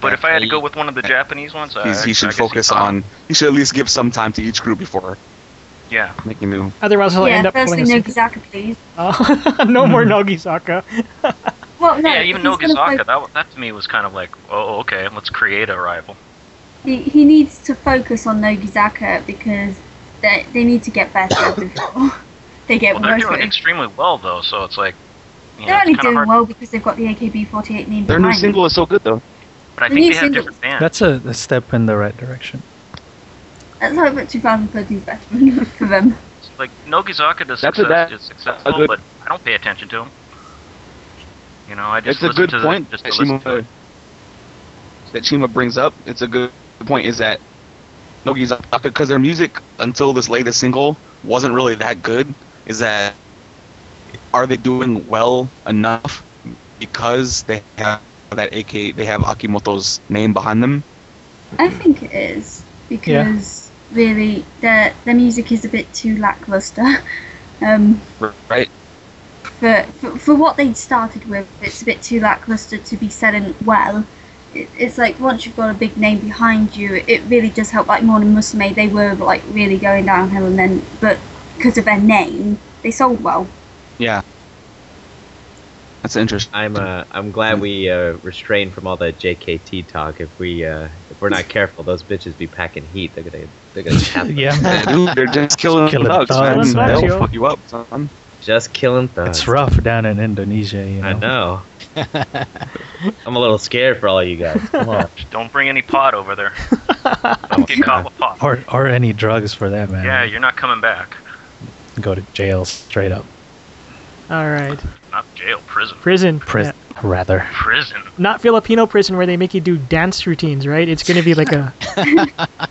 But Yeah, if I had to he- go with one of the Japanese ones, I, He's, I he should guess focus he'd- on. He should at least give some time to each group before Yeah, making new. Otherwise, he'll end yeah, up pulling firstly us. Nogizaka, please. Oh, no more Nogisaka. Well, no, yeah. Even if he's gonna Nogizaka, focus- that that to me was kind of like, oh, okay, let's create a rival. he, he needs to focus on Nogizaka because they, they need to get better before they get Well, they're worse. doing extremely well though, so it's like, you know, They're only it's kind of doing hard. well because they've got the AKB48 meme Their behind new them. single is so good though. But I the think new they have single- different bands. That's a, a step in the right direction. That's how about 2013 is better for them. like Nogizaka does That's a- success, that- is successful, a good- but I don't pay attention to him. You know, I just it's a listen good to the- point just that to listen to Shima, it. that Shima brings up. It's a good point is that Nogizaka, because their music until this latest single wasn't really that good, is that are they doing well enough because they have that AK, they have Akimoto's name behind them? I think it is because really their their music is a bit too lackluster. Um, Right? for, for for what they started with, it's a bit too lackluster to be selling well. It, it's like once you've got a big name behind you, it really does help. Like Morning Musume, they were like really going downhill, and then but because of their name, they sold well. Yeah. That's interesting. I'm uh, I'm Mm. glad we uh, restrained from all that JKT talk. If we uh, if we're not careful, those bitches be packing heat. They're gonna they're gonna tap it. Yeah, Yeah, dude, they're just killing, Killing thugs, thugs, man. man. They'll fuck you up, son. just killing thugs. it's rough down in Indonesia. You know, I know. I'm a little scared for all you guys. Come on. Don't bring any pot over there. Don't get caught with pot. or or any drugs for that man. Yeah, you're not coming back. go to jail straight up, All right, Not jail, prison. prison. prison rather. Prison. Not Filipino prison where they make you do dance routines, right? It's gonna be like a.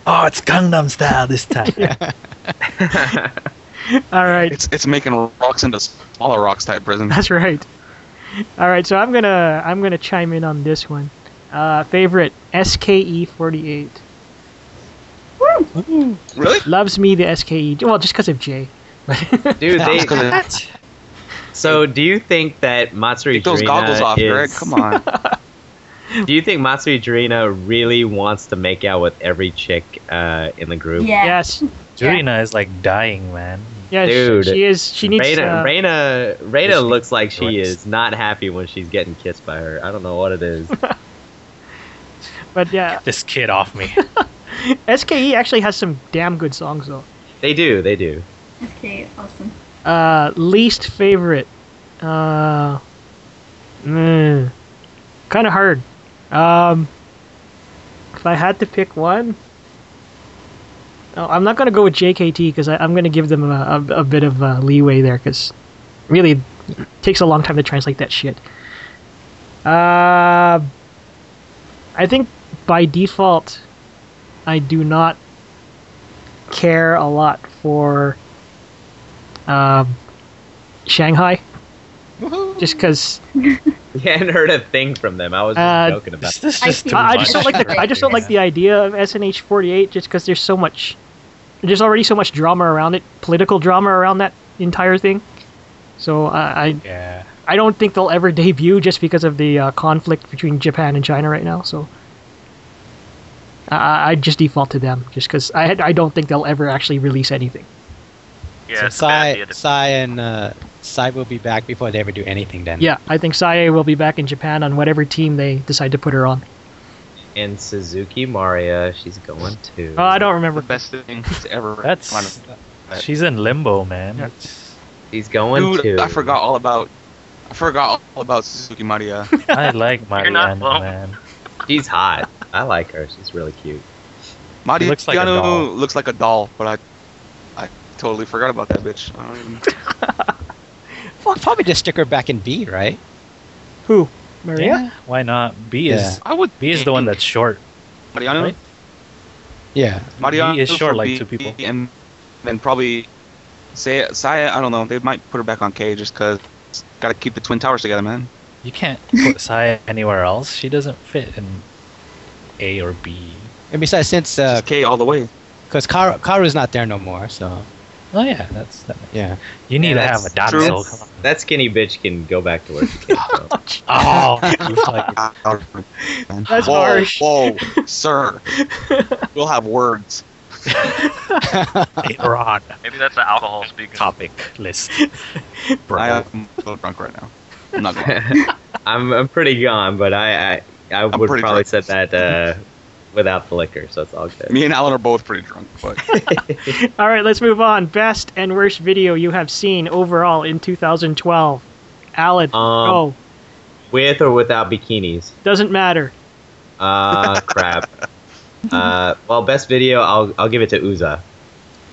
Oh, it's Gangnam Style this time. All right. It's it's making rocks into smaller rocks type prison. That's right. All right, so I'm gonna I'm gonna chime in on this one. Uh, favorite E SKE48 Really? loves me the SKE. Well, just because of Jay. Dude, they, Take so do you think that Matsuri those Jirina goggles off, is, Greg. Come on. Do you think Matsuri Jirina really wants to make out with every chick uh, in the group? Yeah. Yes, Jurina is like dying, man. yes, Dude. she is. She needs. Reina, uh, Reina, Just- looks like she Right. is not happy when she's getting kissed by her. I don't know what it is. But yeah, This kid off me. SKE actually has some damn good songs though. they do, they do. Okay, awesome. Uh, least favorite. Uh, mm, kind of hard. Um, if I had to pick one, oh, I'm not gonna go with JKT because I'm gonna give them a, a, a bit of uh, leeway there because really it takes a long time to translate that shit. Uh, I think by default, I do not care a lot for um, Shanghai. Just because You hadn't heard a thing from them. I was just Uh, joking about. This, this is I just think- too I, I much. just don't like the I just don't like the idea of SNH 48 just because there's so much there's already so much drama around it, political drama around that entire thing. So I I, Yeah. I don't think they'll ever debut just because of the uh, conflict between Japan and China right now. So I- I, I just default to them just because I I don't think they'll ever actually release anything. Yeah, it's a so bad Sai, idea to- Sai and uh, Sai will be back before they ever do anything. Then. Yeah, I think Sae will be back in Japan on whatever team they decide to put her on. And Suzuki Maria, she's going too. Oh, I don't The remember. best thing that's ever. come That's. out of- She's in limbo, man. Yeah. She's going Dude, too. I forgot all about. I forgot all about Suzuki Maria. I like You're not Mariana, alone. man. She's hot. I like her. She's really cute. Mariano looks like a doll. looks like a doll, but I, I totally forgot about that bitch. I don't even. Well, probably just stick her back in B, right? Who? Maria? Yeah, Why not? B is I would. B is the one that's short. Mariano. right? Yeah. Mariano He is short for like B, two people. and then probably say Saya. I don't know. They might put her back on K just because. Gotta keep the twin towers together, man. You can't put Saya anywhere else. She doesn't fit in A or B. And besides, since uh, Just K all the way. because Karu, Karu's not there no more, so Oh yeah, that's that. yeah. You need to Yeah, have a that's- true. Danzo. That's- Come That skinny bitch can go back to where she came from. on. Oh, you fucking- That's whoa, harsh. Whoa, sir. we'll have words. later on Maybe that's the alcohol speaking. topic list. Bro. uh, I, am a little drunk right now. I'm not going. I'm I'm pretty gone, but I I, I would pretty probably drunk. said that uh, without the liquor, so it's all good. Me and Alan are both pretty drunk, but All right, let's move on. Best and worst video you have seen overall in 2012. Alan. Um, oh, With or without bikinis. doesn't matter. Uh, crap. Uh, well, best video, I'll I'll give it to Uza.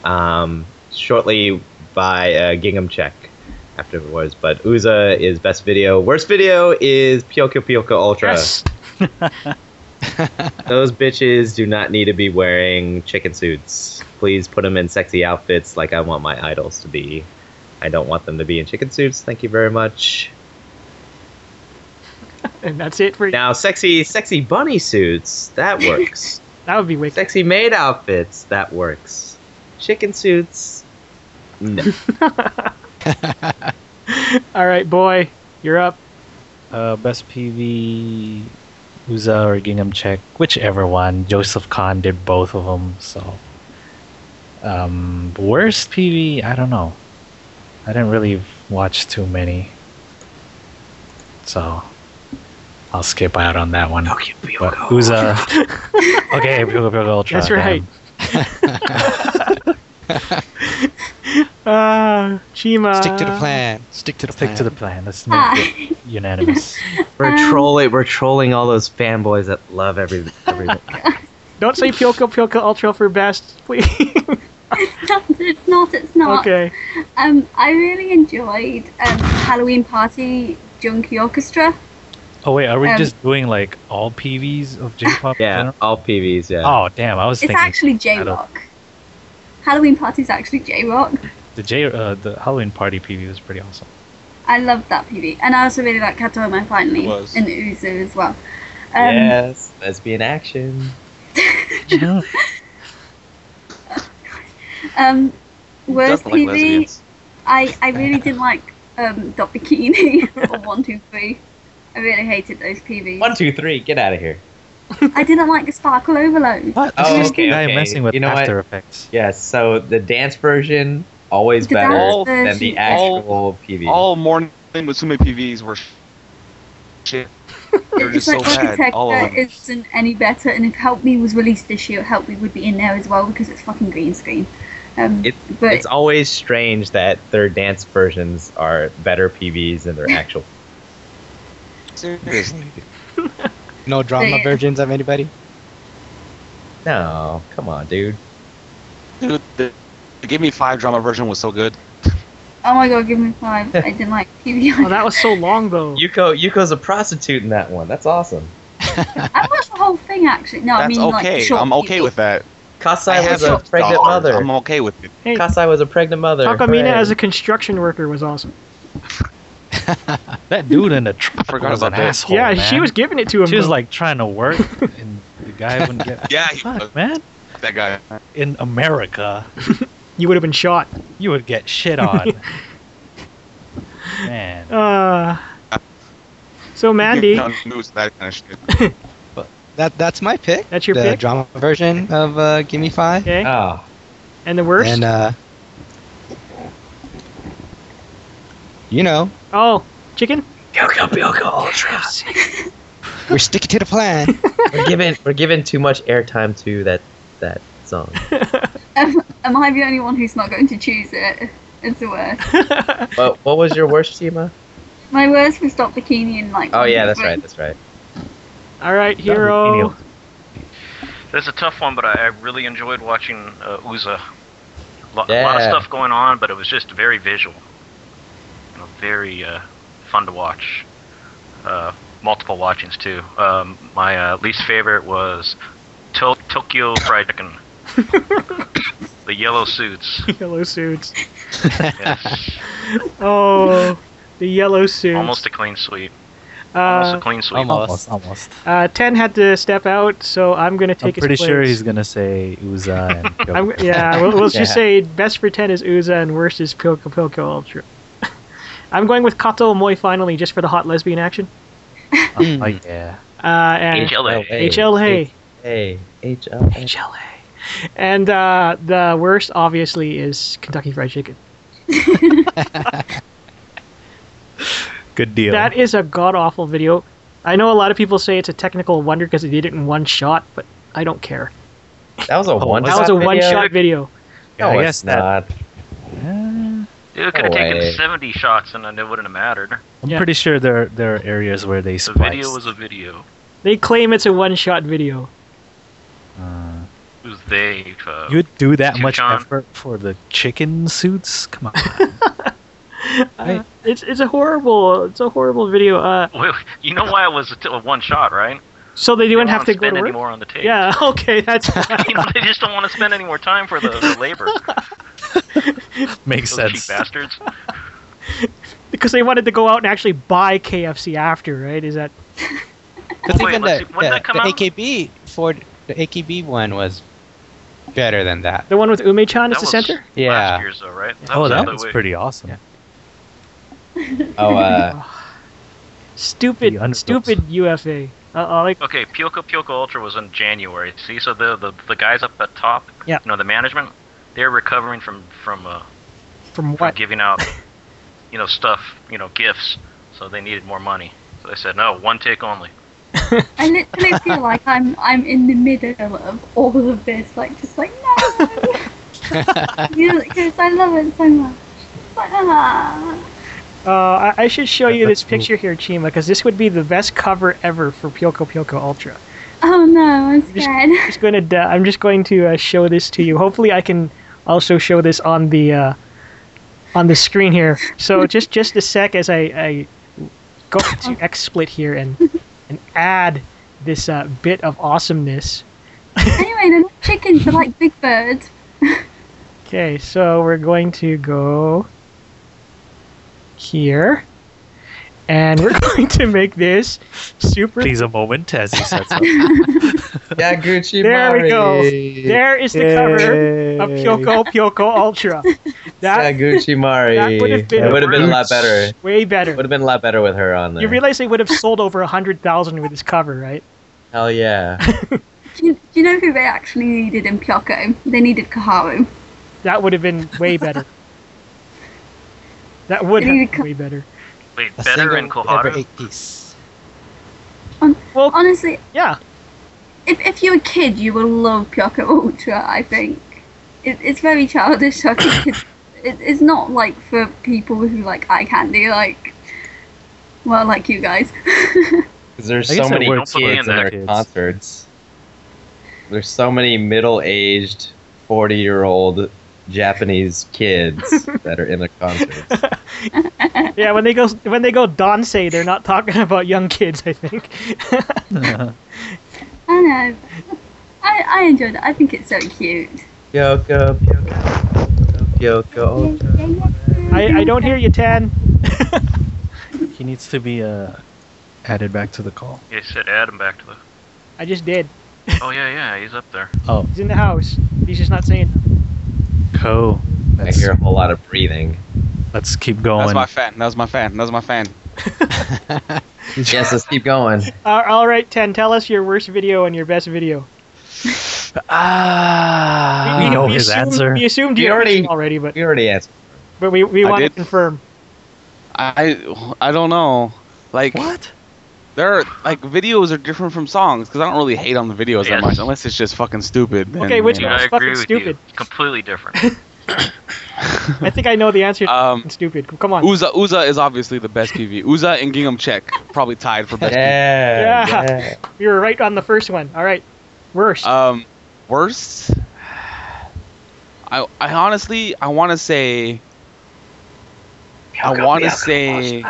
Um, shortly by uh, Gingham Check afterwards, but Uza is best video. Worst video is Pyoko Pyoko Ultra. Yes. Those bitches do not need to be wearing chicken suits. Please put them in sexy outfits like I want my idols to be. I don't want them to be in chicken suits. Thank you very much. And that's it for Now, sexy, sexy bunny suits that works. That would be wicked. sexy maid outfits that works. Chicken suits, no. All right, boy, you're up. Uh, best PV, Uza or Gingham Check, whichever one. Joseph Khan did both of them, so. Um, worst PV, I don't know. I didn't really watch too many, so I'll skip out on that one. Okay, but Uza, okay, Pyoko Pyoko Ultra. That's right. damn. Uh, Chima. Stick to the plan. Stick to the Stick plan. to the plan. Let's make Ah, it unanimous. We're Um, trolling. We're trolling all those fanboys that love every everyone. Don't say Pyoko Pyoko Ultra for best, please. it's not. It's not. okay. Um, I really enjoyed um, Halloween Party Junkie Orchestra. Oh wait, are we Um, just doing like all PVs of J-pop? in yeah, general? all PVs. Yeah. Oh damn, I was It's thinking actually J I don't- Rock. Halloween Party is actually J Rock. the J uh, the Halloween party PV was pretty awesome. I loved that PV, and I also really like Katorama finally, It was. and Uzu as well. Um, yes, lesbian action. Oh, um, worst Doesn't like PV, lesbians. I, I really didn't like um, Dot Bikini or One Two Three. I really hated those PVs. One, two, three. Get out of here. I didn't like the Sparkle Overload. What? Oh, This is okay, the guy okay. messing with You know what? After Effects. Yes. So the dance version always The better dance than version. the actual PV. all morning Matsume PVs were sh- shit. They were It's just like so bad. All of Architecture them. isn't any better, and if Help Me was released this year, Help Me would be in there as well because it's fucking green screen. Um, It- but it's always strange that their dance versions are better PVs than their actual. Seriously. No drama Yeah. versions of anybody. no, come on, dude. Dude, the, the Give Me Five drama version was so good. Oh my god, give me five. I didn't like PBI. Oh, that was so long though. Yuko Yuko's a prostitute in that one. That's awesome. I watched the whole thing actually. No, I That's mean like okay. short I'm okay PB. with that. Kasai have was a some pregnant dollars. mother. I'm okay with it. hey, Kasai was a pregnant mother. Takamina Hooray. as a construction worker was awesome. That dude in the truck Forgot was about an that. asshole. yeah, man. she was giving it to him. She was though. like trying to work, and the guy wouldn't get. Yeah, he was. Fuck, man. That guy. In America, you would have been shot. you would get shit on. man. Uh, so Mandy, No news, that kind of shit. That that's my pick. That's your the pick? drama version of uh, Give Me Five. okay, Oh. and the worst. And uh, you know, oh, chicken. Yoko Yoko Ultra. we're sticking to the plan. We're giving we're giving too much airtime to that that song. Am, am I the only one who's not going to choose it? It's the worst. But what was your worst Shima? My worst was Stop Bikini and like. Oh yeah, that's right, that's right. All right, hero. That's a tough one, but I, I really enjoyed watching uh, Uza. Lo- A lot of Yeah. stuff going on, but it was just very visual. You know, very uh, fun to watch. Uh, multiple watchings too. Um, my uh, least favorite was to- Tokyo Fried Chicken. the yellow suits. yellow suits. Yes. Oh, the yellow suits. almost a clean sweep. Almost Uh, a clean sweep. Almost, almost. uh, Ten had to step out, so I'm gonna I'm take. his pretty sure place. he's gonna say Uza and I'm, Yoko. yeah, we'll, we'll just Yeah. say best for ten is Uza and worst is Pilko Pilko Ultra. I'm going with Kato Moi finally, just for the hot lesbian action. Oh, oh, yeah. Uh, and HLA. HLA. Hey, H L A. HLA. And uh, the worst, obviously, is Kentucky Fried Chicken. Good deal. That is a god awful video. I know a lot of people say it's a technical wonder because they did it in one shot, but I don't care. That was a one. Oh, that was a one shot video. Yeah, I No, guess it's that- not. Yeah. Dude, it could have No taken way. 70 shots and then it wouldn't have mattered. I'm Yeah. pretty sure there there are areas where they The spliced. video was a video. They claim it's a one shot video. Uh, It was they. Uh, You'd do that Two much John. effort for the chicken suits? Come on. Uh, it's it's a horrible it's a horrible video. Uh, Wait, you know why it was a, t- a one shot, right? so they They don't have wanna to go spend to any work. more on the tape. Yeah, okay, that's you know, they just don't want to spend any more time for the, the labor. Makes Those cheap sense. bastards. because they wanted to go out and actually buy KFC after, right? Is that That's Wait, even let's the, see, when did the- that come the out? AKB for the AKB one was better than that. the one with Ume-chan That as the was center? Yeah. Last year's though, right? Oh, that the was way- pretty awesome. Oh, uh, The Stupid, underdogs. stupid UFA. Uh, I like Okay, Pyoko Pyoko Ultra was in January. See, so the the, the guys up at top, Yeah. you know, the management, they're recovering from from, uh, from from what? giving out, you know, stuff, you know, gifts. So they needed more money. So they said, no, one take only. I literally feel like I'm I'm in the middle of all of this, like just like no, you because I love it so much. Like, ah. Uh, I, I should show you this That's cool. picture here, Chima, because this would be the best cover ever for Pyoko Pyoko Ultra. Oh no, I'm Just- scared. I'm just going to da- I'm just going to uh, show this to you. Hopefully, I can also show this on the uh, on the screen here. So just just a sec as I, I go to XSplit here and and add this uh, bit of awesomeness. anyway, they're not chickens, they're like big birds. Okay, so we're going to go here, and we're going to make this super. Please a moment as he sets up. yeah, Gucci There we go. Mari. There is the cover of Kyoko Pyoko Ultra. Yeah, That Gucci Mari. that would have been It would have been a lot worse. better. way Would better. have been a lot better with her on there. You realize they would have sold over a hundred thousand with this cover, right? Hell yeah. Do you, do you know who they actually needed in Pyoko? They needed Kaharu. That would have been way better. That would Maybe have been co- way better. Wait, A better in single ever Kohara? eight piece. Well, Honestly, yeah, if, if you're a kid, you will love Pyoko Ultra, I think. It, it's very childish, so I think it's, it, it's not like for people who like eye candy, like, well, like you guys. 'Cause there's I guess so that many works for kids in that their kids. concerts. There's so many middle-aged, forty-year-old Japanese kids that are in a concert. Yeah, when they go when they go Donse, they're not talking about young kids. I think. I know. I, I enjoyed it. I think it's so cute. Yoko, Yoko, I, I don't hear you, Tan. He needs to be uh, added back to the call. He said add him back to the. I just did. Oh yeah, yeah, he's up there. Oh, He's in the house. He's just not saying. cool. I Let's, hear a whole lot of breathing. let's keep going. That's my fan. That's my fan. That's my fan. Yes, let's keep going. Uh, all right, Tan. Tell us your worst video and your best video. ah, we know his assumed, answer. We assumed We you already- already already, but We already answered. but we, we I want to did. confirm. I I don't know. Like What? There are like videos are different from songs because I don't really hate on the videos that Yes. much unless it's just fucking stupid. then, Okay, which you know. one? I That's agree with fucking you. stupid. It's completely different. I think I know the answer. Um, It's stupid. Come on. Uza Uza is obviously the best PV. Uza and Gingham Check probably tied for best. Yeah. Yeah. You were right on the first one. All right. Worst. PV. Um, worst. I I honestly I want to say. I want to say.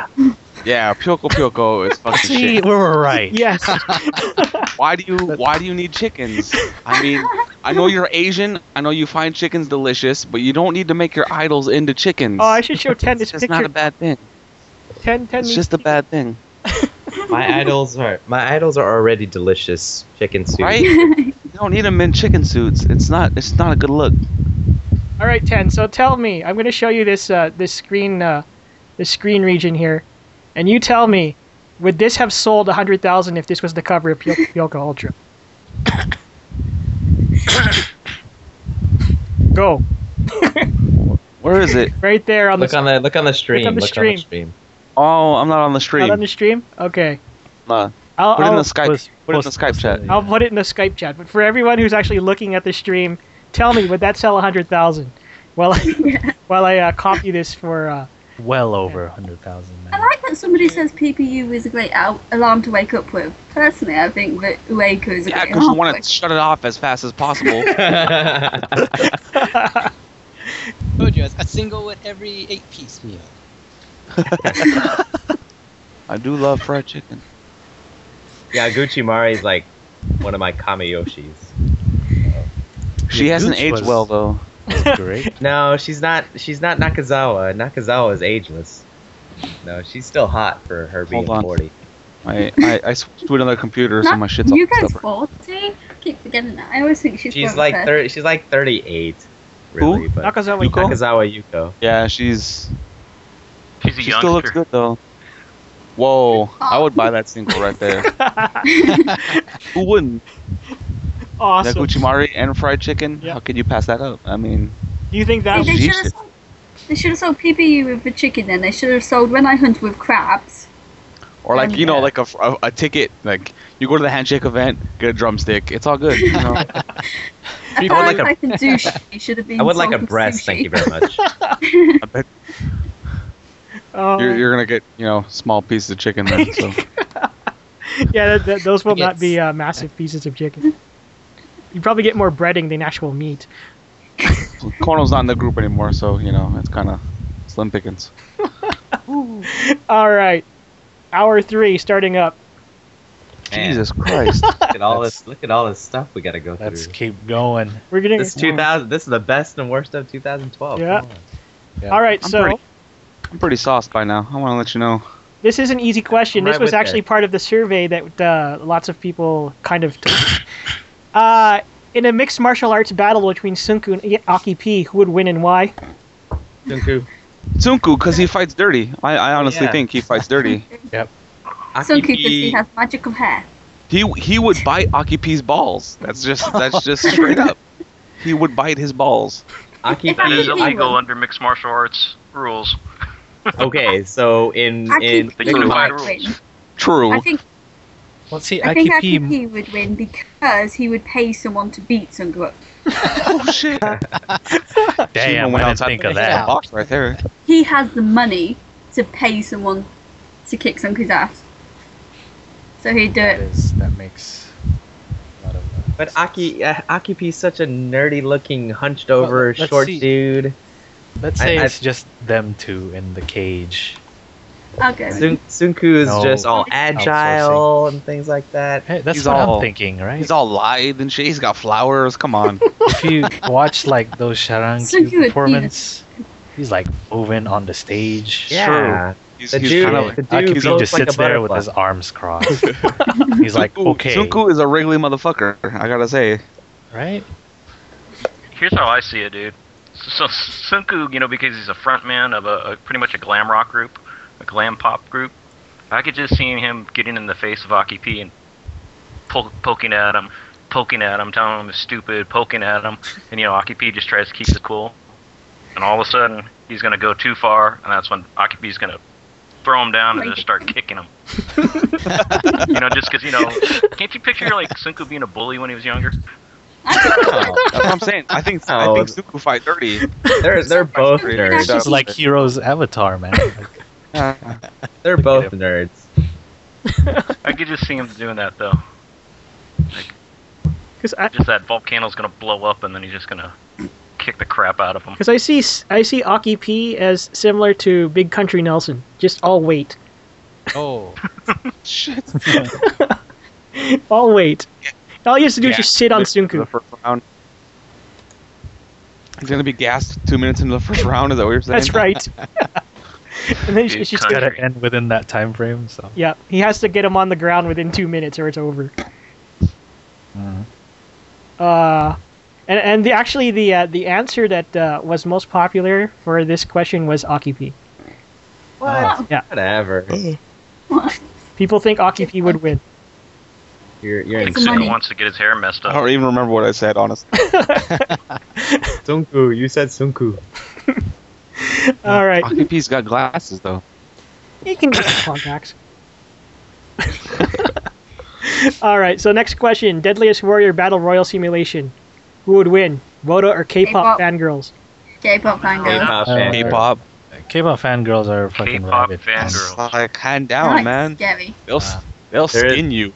Yeah, Pyoko Pyoko is fucking See, shit. we were right. yes. Why do you Why do you need chickens? I mean, I know you're Asian. I know you find chickens delicious, but you don't need to make your idols into chickens. Oh, I should show Ten this It's just not picture. a bad thing. Ten, ten. It's just a bad thing. My idols are my idols are already delicious chicken soup. Right? You don't need them in chicken suits. It's not. It's not a good look. All right, Ten. So tell me, I'm going to show you this uh, this screen uh, this screen region here, and you tell me, would this have sold hundred thousand if this was the cover of Pyo- Pyoka Ultra? Go Where is it? right there on Look the, on the look on the stream. Look on the stream. Oh, I'm not on the stream. Not on Oh, the stream. Okay, Uh, I'll put it in I'll, the Skype. Post- put it in the post- Skype chat. post- I'll put it in the Skype chat. But for everyone who's actually looking at the stream, tell me, would that sell hundred thousand? Well, while I uh, copy this for. Uh, Well over a hundred thousand. I like that somebody says PPU is a great al- alarm to wake up with. Personally, I think that Waco is a Yeah, great because you alarm. want to shut it off as fast as possible. stream. Told you, a single with every eight piece meal. I do love fried chicken. yeah, Gucci Mari's like one of my Kamiyoshis. She Yeah, hasn't Gooch aged was- well though. great. No, she's not. She's not Nakazawa. Nakazawa is ageless. No, she's still hot for her being Hold on. forty. I, I I switched to another computer, so Not- my shit's all you guys stubborn. 40? Keep forgetting that. I always think she's She's 40 like first. thirty. She's like thirty-eight. Who? Really, but Nakazawa Yuko? Nakazawa Yuko. Yeah, she's She's a she youngster. still looks good though. Whoa, I would buy that single right there. Who wouldn't? That Awesome. Guchimari and fried chicken. Yeah. How could you pass that up? I mean, Do you think They- that? they should have Jesus. sold, they should have sold PPU with the chicken. Then they should have sold when I hunt with crabs. Or like Um, you know, yeah. like a, f- a- a ticket. Like you go to the handshake event, get a drumstick. It's all good. You know? I would like like, a- like a douche. should have been. I would like a sold with breast. sushi. Thank you very much. Oh, you're, you're gonna get you know small pieces of chicken then. So yeah, that, that, those will not be Yes. uh, massive pieces of chicken. You probably get more breading than actual meat. Kono's not in the group anymore, so you know it's kind of slim pickings. All right, hour three starting up. Man, Jesus Christ! Look at all this. Look at all this stuff we got to go Let's through. keep going. We're gonna. This 2000. This is the best and worst of 2012. Yeah. Come on. All right, I'm so pretty- I'm pretty sauced by now. I want to let you know. this is an easy question. I'm This right was with actually that. part of the survey that uh, lots of people kind of. Took. uh, in a mixed martial arts battle between Sunku and Aki P, who would win and why? Sunku. Tsunku, because he fights dirty. I, I honestly Yeah. think he fights dirty. So cute because Akipi- he has magical hair. He he would bite Akipi's balls. That's just that's just straight up. He would bite his balls. That is Yeah. Akipi. illegal under mixed martial arts rules. Okay, so in in Akipi the unified would rules. win. True. I think Well, see, I think Akipi, Akipi would win because he would pay someone to beat Sungu up. oh shit! damn, I didn't think of that. box right there. He has the money to pay someone to kick Sunku's ass. So he'd do That it. is, that makes a lot of. Uh, But Aki uh, Aki P is such a nerdy looking, hunched over, let's short see. dude. Let's I- say I- it's just them two in the cage. I'll go. with Sun- Sunku is No. just all agile and things like that. Hey, that's He's what all- I'm thinking, right? He's all lithe and shit. He's got flowers. Come on. if you watch like those Sharan So you would performance, he's like moving on the stage. Yeah, He's, the he's dude, kind of the like. dude Akipi floats just like a sits there with butterfly. his arms crossed. he's like, Sunku- okay, Sunku is a wriggly motherfucker. I gotta say. right? Here's how I see it, dude. So, so Sunku, you know, because he's a frontman of a, a pretty much a glam rock group, a glam pop group. I could just see him getting in the face of Aki P and po- poking at him, poking at him, telling him he's stupid, poking at him, and you know, Aki P just tries to keep it cool. And all of a sudden, he's gonna go too far, and that's when Aki P's gonna throw him down and just start kicking him. you know, just because you know, can't you picture like Sunku being a bully when he was younger? That's what I'm saying. I think I Oh. think Sunku fight dirty. They're they're both Sunku nerds. actually- It's like Hero's avatar, man. Like, Ah, They're both nerds. I could just see him doing that though. Because I, Just that volcano's gonna blow up, and then he's just gonna kick the crap out of him. Because I see I see Aki P as similar to Big Country Nelson, just all weight, Oh, Shit. all weight. All you have to do is Yeah. just sit on Missed in The Sunku. first round. He's gonna be gassed two minutes into the first round. Is that what you're saying? That's right. and then she's Big just Country. gotta. gotta end within that time frame. So Yeah, he has to get him on the ground within two minutes or it's over. Mhm. Uh, and and the actually the uh, the answer that uh, was most popular for this question was Aki P. What? Yeah. Whatever. What? People think Aki P would win. You're you're I think Money. Singa insane. wants to get his hair messed I up. Oh, don't even remember what I said, honestly. Sunku, you said Sunku. All right, Akipi's got glasses though. he can get some contacts. All right, so next question: Deadliest Warrior Battle Royal Simulation. Who would win, Voda or K-pop K-pop. fangirls? J-pop fangirl. K-pop Uh, fan. K-pop, K-pop fangirls are fucking K-pop rabid. fangirls. like hand Alright, down, man. Scary. They'll Uh, s they'll there is- skin you.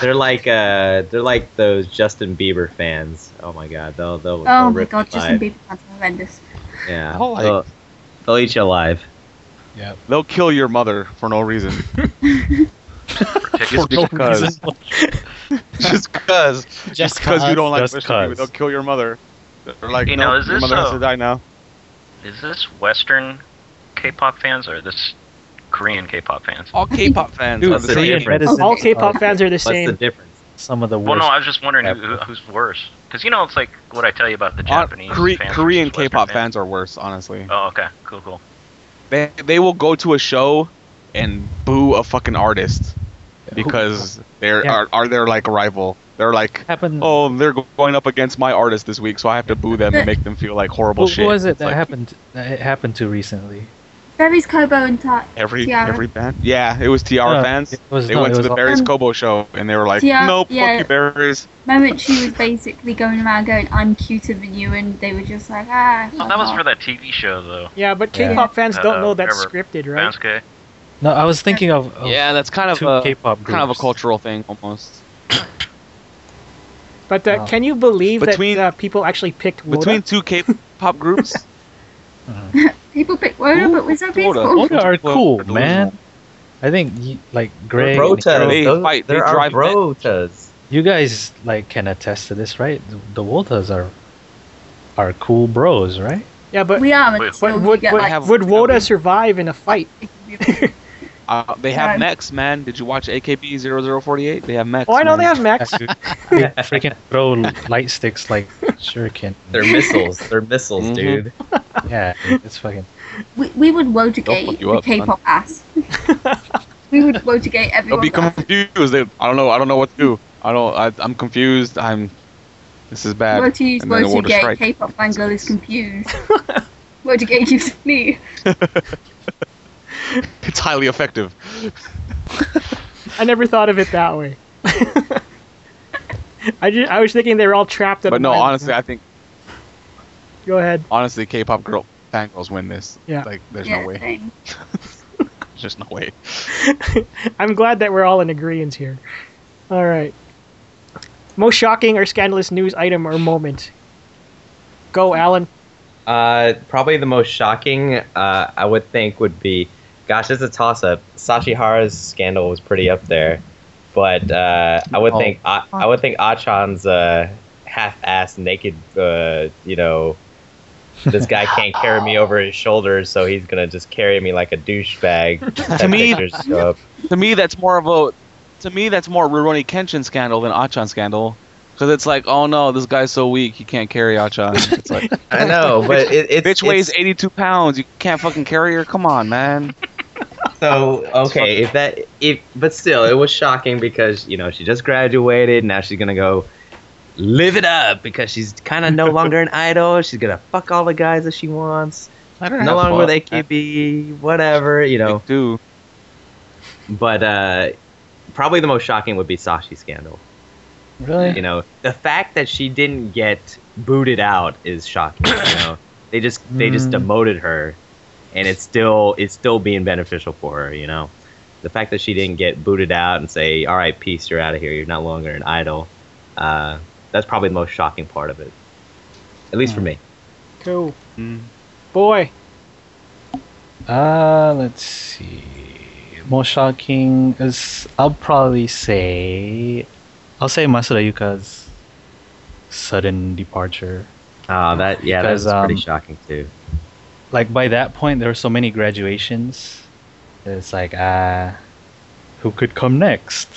They're like uh they're like those Justin Bieber fans. Oh my god, they'll they'll, they'll Oh my rip god, you Justin alive. Bieber fans are horrendous. Yeah. They'll, like- they'll, they'll eat you alive. They'll kill your mother for no reason, Particular- no reason. just cause, Just cause you don't like Just Mr. Bieber, cause. They'll kill your mother. They're like, You no, know, is your this mother has a- to die now. Is this Western K-pop fans or this Korean K-pop fans? All K-pop fans. Dude, What's the Korean uh, difference? medicine. All K-pop are fans are the What's the same. difference? Some of the worst. Well, no, I was just wondering who, who- who's worse. Because you know, it's like what I tell you about the Uh, Japanese Kore- fans Korean versus Western K-pop fans are worse, honestly. Oh, okay, cool, cool. They they will go to a show and boo a fucking artist because they're Yeah. are, are their like rival. They're like, happened. oh, they're go- going up against my artist this week, so I have to boo them and make them feel like horrible what shit. was it It's that like happened? That it happened to recently. Barry's Kobo and Ti- Every Tiara. every band, yeah, it was Tiara No, fans. it was They not- went it to was the all- Barry's Um, Kobo show and they were like, Tiara- no, yeah. fuck you, Barry's. moment she was basically going around going, I'm cuter than you, and they were just like, ah. Oh, that was for that TV show though. Yeah, but Yeah. K-pop fans don't Uh, know that's whatever. scripted, right? Bansuke. No, I was thinking of, of Yeah, that's kind of Oh. two a K-pop groups. kind of a cultural thing almost. But uh, Wow. can you believe Between- that uh, people actually picked Woda? Between two K-pop groups, Mhm. People pick Woda, but was that Woda. people? Oda are People cool, are delusional. man. I think y- like Greg, Brotas. They Those- fight, they There are drive men. brotas. you guys like can attest to this, right? The- The Wotas are are cool bros, right? yeah, but We are Wait, but until we would get would, like. have- would Woda survive in a fight? uh, they have Yeah. mechs, man. Did you watch AKB 0048? They have mechs. Oh, I know man. they have Max. Dude, they freaking throw light sticks like shuriken. They're missiles. They're missiles, Mhm. dude. Yeah, it's fucking. we, we would They'll Wodagate fuck you the up, K-pop ass. we would Wodagate They'll everyone. be confused. They, I don't know. I don't know what to do. I don't. I, I'm confused. I'm. This is bad. What to use And then the Woda Wodagate? strike. K-pop fangirl is confused. Wodagate gives me. It's highly effective. I never thought of it that way. I just, I was thinking they were all trapped. in a But no, mind. honestly, I think Go ahead. honestly, K-pop girl fangirls win this. Yeah. Like, there's yeah, no way. same. There's just no way. I'm glad that we're all in agreement here. All right. Most shocking or scandalous news item or moment. Go, Alan. Uh, probably the most shocking, uh, I would think, would be, gosh, it's a toss-up. Sashihara's scandal was pretty up there, but uh, I would Oh. think I, I would think Achan's uh, half-assed naked, uh, you know, this guy can't carry me over his shoulders, so he's gonna just carry me like a douchebag. To me- pictures show up. to me that's more of a to me that's more Rurouni Kenshin scandal than Achan scandal because it's like oh no this guy's so weak he can't carry Achan it's like I know, but it, it's bitch weighs it's- 82 pounds you can't fucking carry her come on man So okay, if that if but still it was shocking because you know she just graduated. Now she's gonna go live it up because she's kind of no longer an idol. She's gonna fuck all the guys that she wants. I don't No longer with AKB, whatever you know. do But uh, probably the most shocking would be Sashi scandal. Really? You know, the fact that she didn't get booted out is shocking. You know, they just they just Mm. demoted her, and it's still it's still being beneficial for her. You know, the fact that she didn't get booted out and say, "All right, peace, you're out of here. You're no longer an idol." Uh, that's probably the most shocking part of it, at least for me. Cool. Hmm. Mm. Boy. Uh, let's see. Most shocking is I'll probably say I'll say Masuda Yuka's sudden departure. Oh, that yeah, that's Because, pretty um, shocking too. Like by that point, there were so many graduations. It's like ah, who could come next?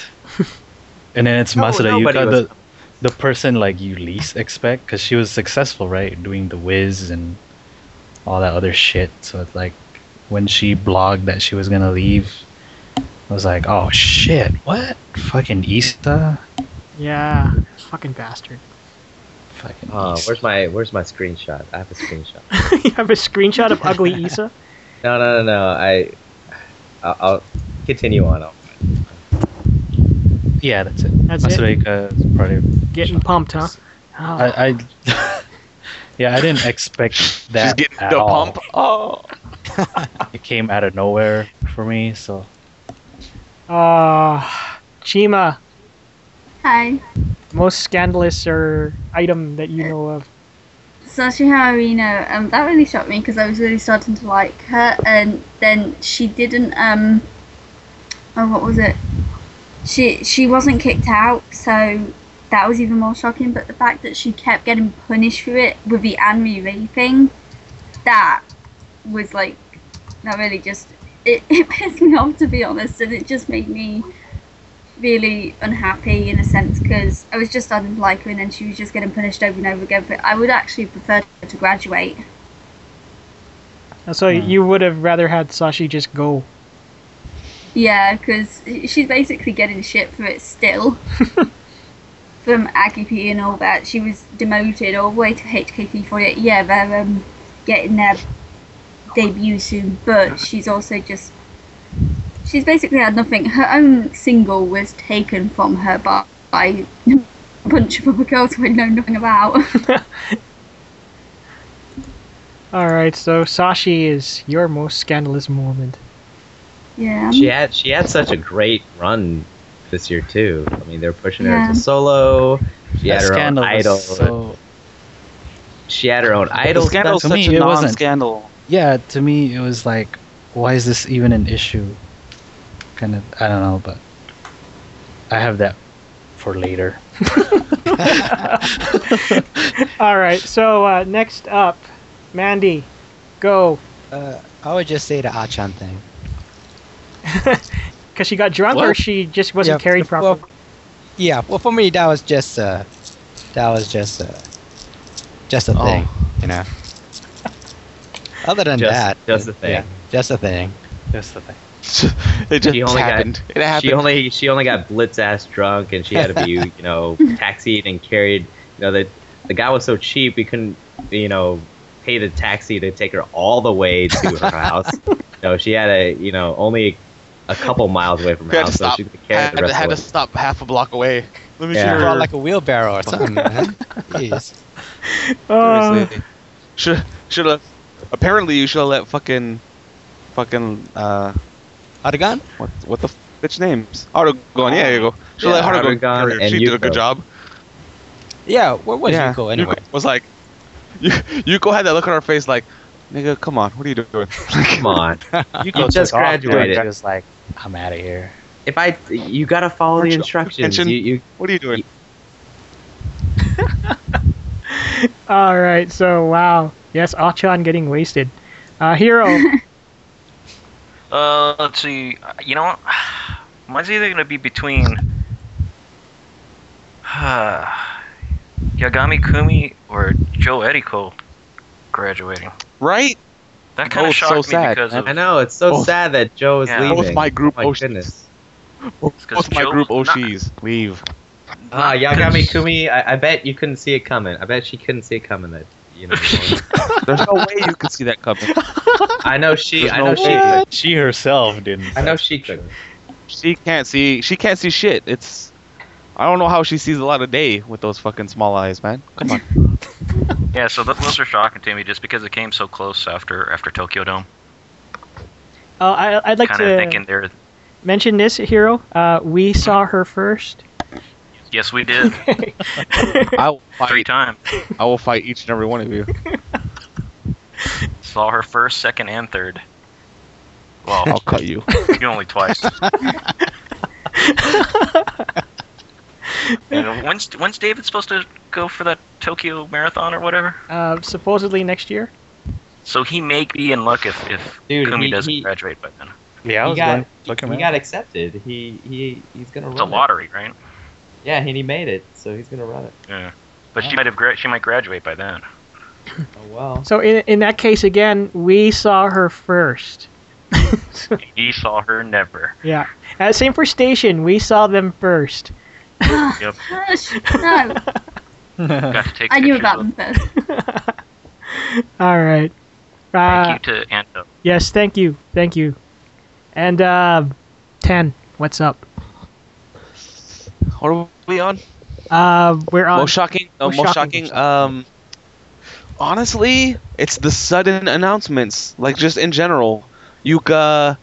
and then it's No, Masuda nobody Yuka, was the the person like you least expect, because she was successful, right, doing the whiz and all that other shit. So it's like when she blogged that she was gonna leave, I was like, oh shit, what? Fucking Ista? Yeah. Fucking bastard. Fucking Oh, Ista. where's my where's my screenshot? I have a screenshot. you have a screenshot of ugly Issa? No, no, no, no. I, I'll, I'll continue on. I'll- Yeah, that's it. That's it? Masuda Yuka is probably Getting pumped, huh? Oh. I, I yeah, I didn't expect that. she's getting at the all. pump oh It came out of nowhere for me, so Uh, Chima, Hi. most scandalous or item that you know of. Sashi Harino, um, that really shocked me because I was really starting to like her, and then she didn't. Um, oh, what was it? She she wasn't kicked out, so that was even more shocking. But the fact that she kept getting punished for it with the Anmi Ray thing, that was like, that really just it, it pissed me off to be honest, and it just made me really unhappy in a sense because I was just starting to like her and then she was just getting punished over and over again. But I would actually prefer her to graduate. So you would have rather had Sashi just go. Yeah, because she's basically getting shit for it still. From Aggie P and all that, she was demoted all the way to HKT for it. Yeah, they're um, getting their debut soon, but she's also just. She's basically had nothing. Her own single was taken from her by, by a bunch of other girls we know nothing about. All right, so Sashi is your most scandalous moment. yeah. She had she had such a great run this year too. I mean, they're pushing Yeah. her to solo. She had That her own scandal was idol. So, She had her own idol. the scandal's to such me, a it wasn't. non-scandal yeah, to me it was like, why is this even an issue? Kind of, I don't know, but I have that for later. All right, so uh, next up, Mandy, go. Uh, I would just say the Achan thing. Because she got drunk or Well- she just wasn't Yeah, carried well, properly? Yeah, well, for me, that was just uh, that was just uh, just a Oh. thing, you know. Other than Just- that, just a thing. yeah, just a thing. That's the thing. it just She only got- happened it happened She only she only got blitz ass drunk, and she had to be you know taxied and carried. You know the the guy was so cheap he couldn't you know pay the taxi to take her all the way to her house. So she had a you know only a couple miles away from Had her to house, so stop. she could carry had, the rest had of the to way. stop half a block away let me Yeah. see Should've her brought, like a wheelbarrow or something, man. Jeez. Uh, Seriously. Should should have. Apparently, you should have let fucking, fucking uh, Argan? what what the f- bitch names? Ardogon, yeah, there you go. Should Yeah, have let Ardogon. Ardogon carry her. and She did a Yuko. good job. Yeah, where was Yeah. Yuko anyway? Yuko was like, you, Yuko had that look on her face like, nigga, come on, what are you doing? Come on. You, just graduated. Just like I'm out of here. If I, you gotta follow the instructions. You, you, what are you doing? Oh, All right, so wow, yes, Achan getting wasted. Uh, Hero, Uh, let's see. You know what? Mine's either gonna be between Yagami Kumi or Joe Eriko graduating. Right? That kind of Both so shocked me sad, because I of know it's so Both- sad that Joe is Yeah. leaving. Oh Both my group my Oshis. goodness. Both Because my Joe- group Oshis leave. Ah, Yagami Kumi. I, I bet you couldn't see it coming. I bet she couldn't see it coming. That you know. There's no way you could see that coming. I know she. There's I no know she. Could. She herself didn't. I know she could. She can't see. She can't see shit. It's. I don't know how she sees a lot of day with those fucking small eyes, man. Come on. yeah. So th- those are shocking to me just because it came so close after after Tokyo Dome. uh, I, I'd like kind of to thinking there. mention this, Hero. Uh, we saw her first. Yes, we did I will three fight. times. I will fight each and every one of you. Saw her first, second, and third. I'll Well, cut you. you only twice. And when's when's David supposed to go for that Tokyo marathon or whatever? Uh, supposedly next year. So he may be in luck if, if Dude, Kumi he- doesn't he- graduate by then. Yeah, I He was got- going looking He around. got accepted. He he he's gonna run. It's a it. lottery, right? Yeah, and he made it, so he's gonna run it. Yeah. But she might have gra- she might graduate by then. Oh well. So in in that case, again, we saw her first. He saw her never. Yeah. Uh, same for Station. We saw them first. Hush, no, Got to take I knew pictures about with- them first. All right. Uh, Thank you to Anto. Yes, thank you, thank you. And uh, ten, what's up? What are we on? Uh, we're on. most shocking. uh, most most shocking, shocking. Um, honestly, it's the sudden announcements. Like just in general, Yuka,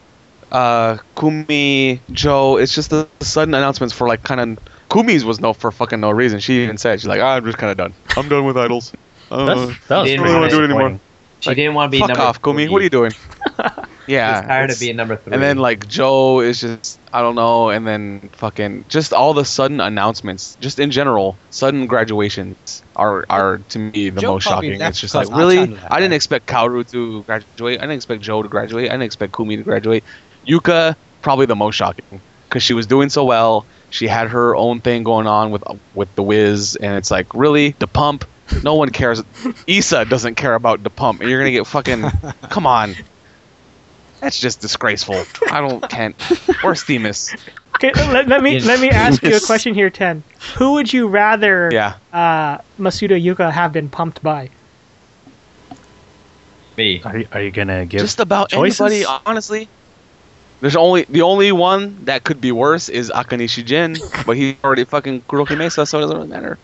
uh, Kumi, Joe. It's just the sudden announcements for like kind of. Kumi's was no for fucking no reason. She even said she's like, "Ah, I'm just kind of done. I'm done with idols. Uh, That's, that was He didn't pretty wanna do it anymore. disappointing. She Like, didn't want to be fuck number. off, Kumi. What are you doing? yeah. She's tired it's- of being number three. and then like Joe is just I don't know, and then fucking just all the sudden announcements, just in general, sudden graduations are are to me the Joe most probably shocking. left It's just because like I'll really, tell you that. I didn't expect Kaoru to graduate. I didn't expect Joe to graduate. I didn't expect Kumi to graduate. Yuka probably the most shocking because she was doing so well. She had her own thing going on with with the Wiz, and it's like really the pump. No one cares. Issa doesn't care about the pump, and you're gonna get fucking. Come on. That's just disgraceful. I don't can't. Or Themis. Okay, let, let me Yes. let me ask you a question here, Ten. Who would you rather Yeah. uh, Masuda Yuka have been pumped by? me. Are you, are you gonna give? just about choices? anybody, honestly. There's only the only one that could be worse is Akanishi Jin, but he already fucking Kuroki Mesa, so it doesn't really matter.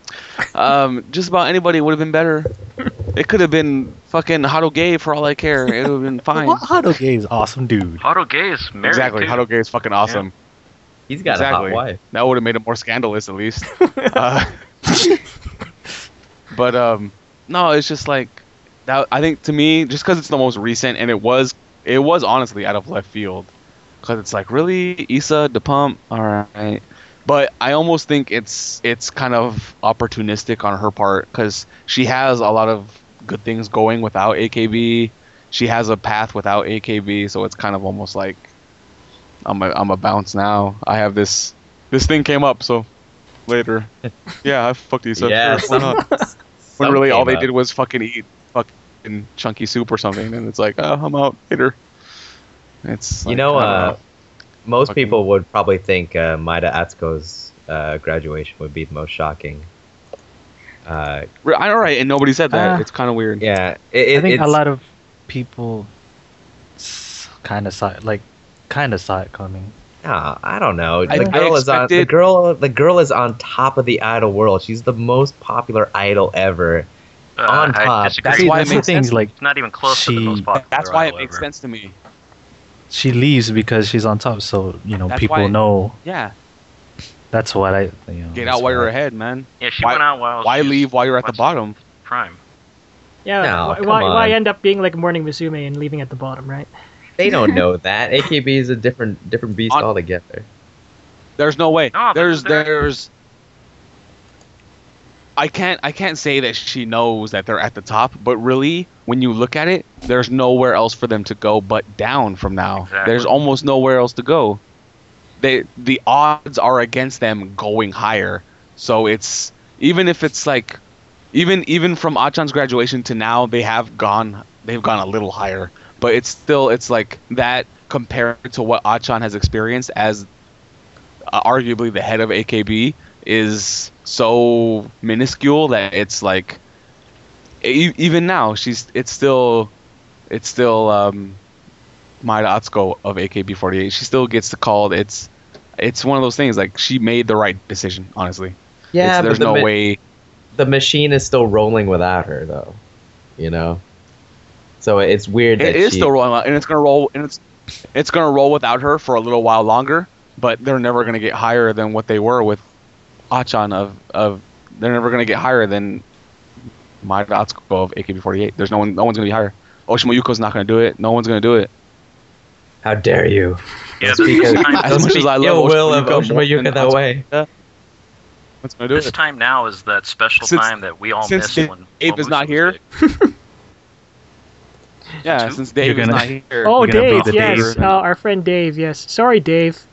Um, just about anybody would have been better. It could have been fucking Haruge for all I care. It would have been fine. what Haruge is awesome, dude. Haruge is married. exactly, too. Haruge is fucking awesome. He's got a Exactly. hot wife. That would have made it more scandalous, at least. uh, but um, no, it's just like that. I think to me, just because it's the most recent, and it was, it was honestly out of left field, because it's like really Issa the pump, all right. But I almost think it's it's kind of opportunistic on her part because she has a lot of good things going without AKB. She has a path without AKB, so it's kind of almost like I'm a, I'm a bounce now. I have this this thing came up, so later. yeah, I fucked these up. yeah. Sure, why not? When some really all came they up. did was fucking eat fucking chunky soup or something, and it's like, oh, I'm out later. It's You like, know, I don't uh, most Fucking- people would probably think uh, Maida Atsuko's uh, graduation would be the most shocking. Uh, Re- I- all right, and nobody said that. Uh, it's kind of weird. Ah. yeah, it, it, I think a it's- lot of people kind of saw it, like kind of saw it coming. No, I don't know. I- The I girl is on the expected- girl. The girl is on top of the idol world. She's the most popular idol ever. Uh, on top. I disagree. That's why it the makes thing, sense. Like it's not even close to the She- most popular. That's why it idol makes ever. sense to me. she leaves because she's on top, so you know That's people why- know. Yeah. That's what I. You know, Get that's out while what you're I- ahead, man. Yeah, she Why- went out while Why she was leave while you're at the bottom? watching Prime. Yeah, No, why, come why, why on. end up being like Morning Musume and leaving at the bottom, right? They don't know that. AKB is a different different beast On- altogether. There's no way. No, but there's they're- there's. I can't I can't say that she knows that they're at the top, but really, when you look at it, there's nowhere else for them to go but down from now. Exactly. There's almost nowhere else to go. They the odds are against them going higher. So it's even if it's like even even from Achan's graduation to now, they have gone they've gone a little higher, but it's still it's like that compared to what Achan has experienced as uh, arguably the head of AKB is so minuscule that it's like e- even now she's it's still it's still um Maida Atsuko of AKB48 she still gets the call it's it's one of those things like she made the right decision honestly It's- there's the no ma- way the machine is still rolling without her, though. You know, so it's weird. it that is she, still rolling out, and it's gonna roll and it's it's gonna roll without her for a little while longer but they're never gonna get higher than what they were with Achan of of they're never gonna get higher than my Atsuko of AKB48 there's no one no one's gonna be higher Oshima Yuko's not gonna do it no one's gonna do it How dare you? Yeah, Let's this, speak this of- time, As much as I love ill Oshima will of Yuko more Oshima Yuka than that Atsuko. way. no one's gonna do this it time now is that special Since- time that we all since miss when Dave when is not Lucy was here, big. yeah Two? since Dave You're is gonna- not here Oh, gonna be Dave, the yes, Dave. uh, our friend Dave, yes. Sorry, Dave.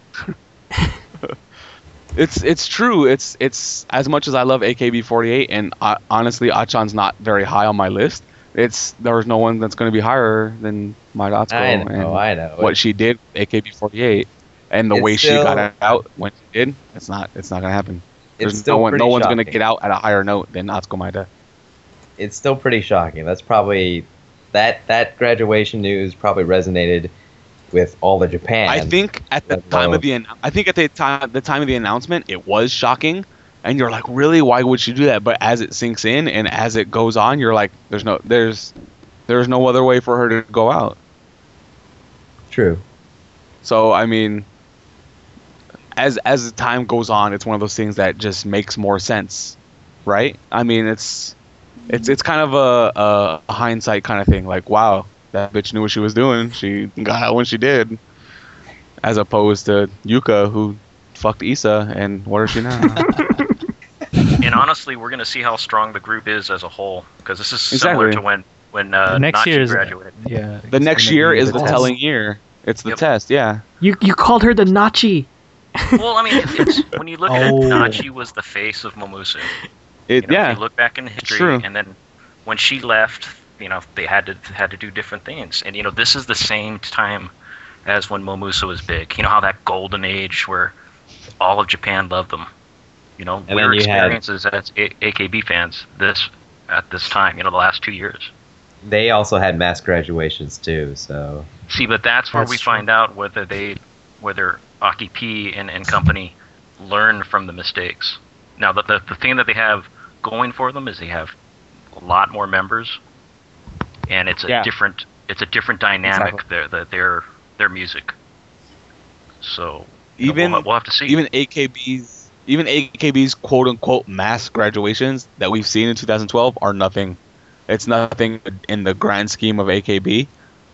It's it's true. It's it's as much as I love AKB48, and uh, honestly, Achan's not very high on my list. It's there's no one that's going to be higher than my Dotsuko I and know. I know. what she did with AKB48, and the It's way she still- got out when she did. It's not it's not going to happen. it's There's still no one pretty no one's going to shocking. get out at a higher note than Atsuko Maida. It's still pretty shocking. That's probably that that graduation news probably resonated with all the Japan. I think at the That's time wild. of the an- I think at the time the time of the announcement, it was shocking, and you're like, really, why would she do that? But as it sinks in and as it goes on, you're like, there's no there's there's no other way for her to go out. true. So I mean, as as the time goes on, it's one of those things that just makes more sense, right? I mean, it's it's it's kind of a, a hindsight kind of thing. Like, wow, that bitch knew what she was doing. She got out when she did, as opposed to Yuka who fucked Issa and what is she now? and honestly, we're gonna see how strong the group is as a whole because this is similar Exactly. to when when uh, The next Nachi year is- graduated. Yeah. the next year is the test. telling year. It's the Yep. test, yeah. You you called her the Nachi. well, I mean, it- it's when you look at it, Oh. Nachi was the face of Momusu. It You know, yeah. If you look back in history, true. and then when she left, you know, they had to had to do different things. And you know, this is the same time as when Momusu was big. You know how that golden age where all of Japan loved them. You know, then weird you had- experiences as A- AKB fans this at this time. You know, the last two years. They also had mass graduations too. So See, but that's where That's we true. find out whether they, whether Aki P and, and company learn from the mistakes. Now, the, the, the thing that they have going for them is they have a lot more members, and it's a Yeah. different it's a different dynamic their, their their their music. So you know, Even we'll, we'll have to see. even AKB's even AKB's quote unquote mass graduations that we've seen in 2012 are nothing. It's nothing in the grand scheme of AKB.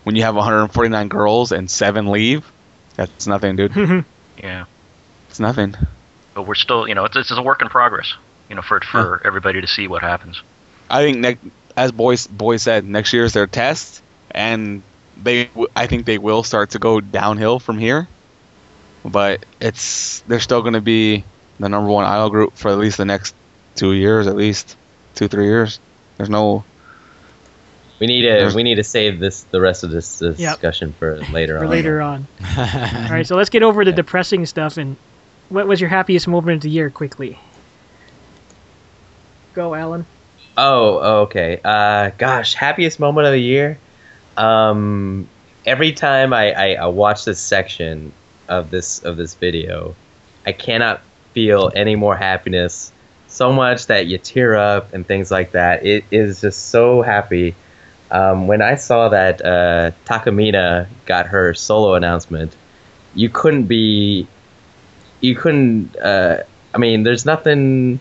When you have 149 girls and seven leave, that's nothing, dude. yeah, It's nothing. but we're still you know it's, it's a work in progress. You know, for for everybody to see what happens. I think next, as boys boy said, next year is their test, and they w- I think they will start to go downhill from here. But it's they're still going to be the number one idol group for at least the next two years, at least two three years. There's no we need to we need to save this the rest of this, this Yep. discussion for later For on. later on. All Alright. right, so let's get over the Yeah. depressing stuff. And what was your happiest moment of the year, quickly? Go, Alan. Oh, oh, okay. Uh, gosh, happiest moment of the year. Um, every time I, I, I watch this section of this of this video, I cannot feel any more happiness. So much that you tear up and things like that. It is just so happy. Um, when I saw that uh, Takamina got her solo announcement, you couldn't be, you couldn't uh, I mean, there's nothing.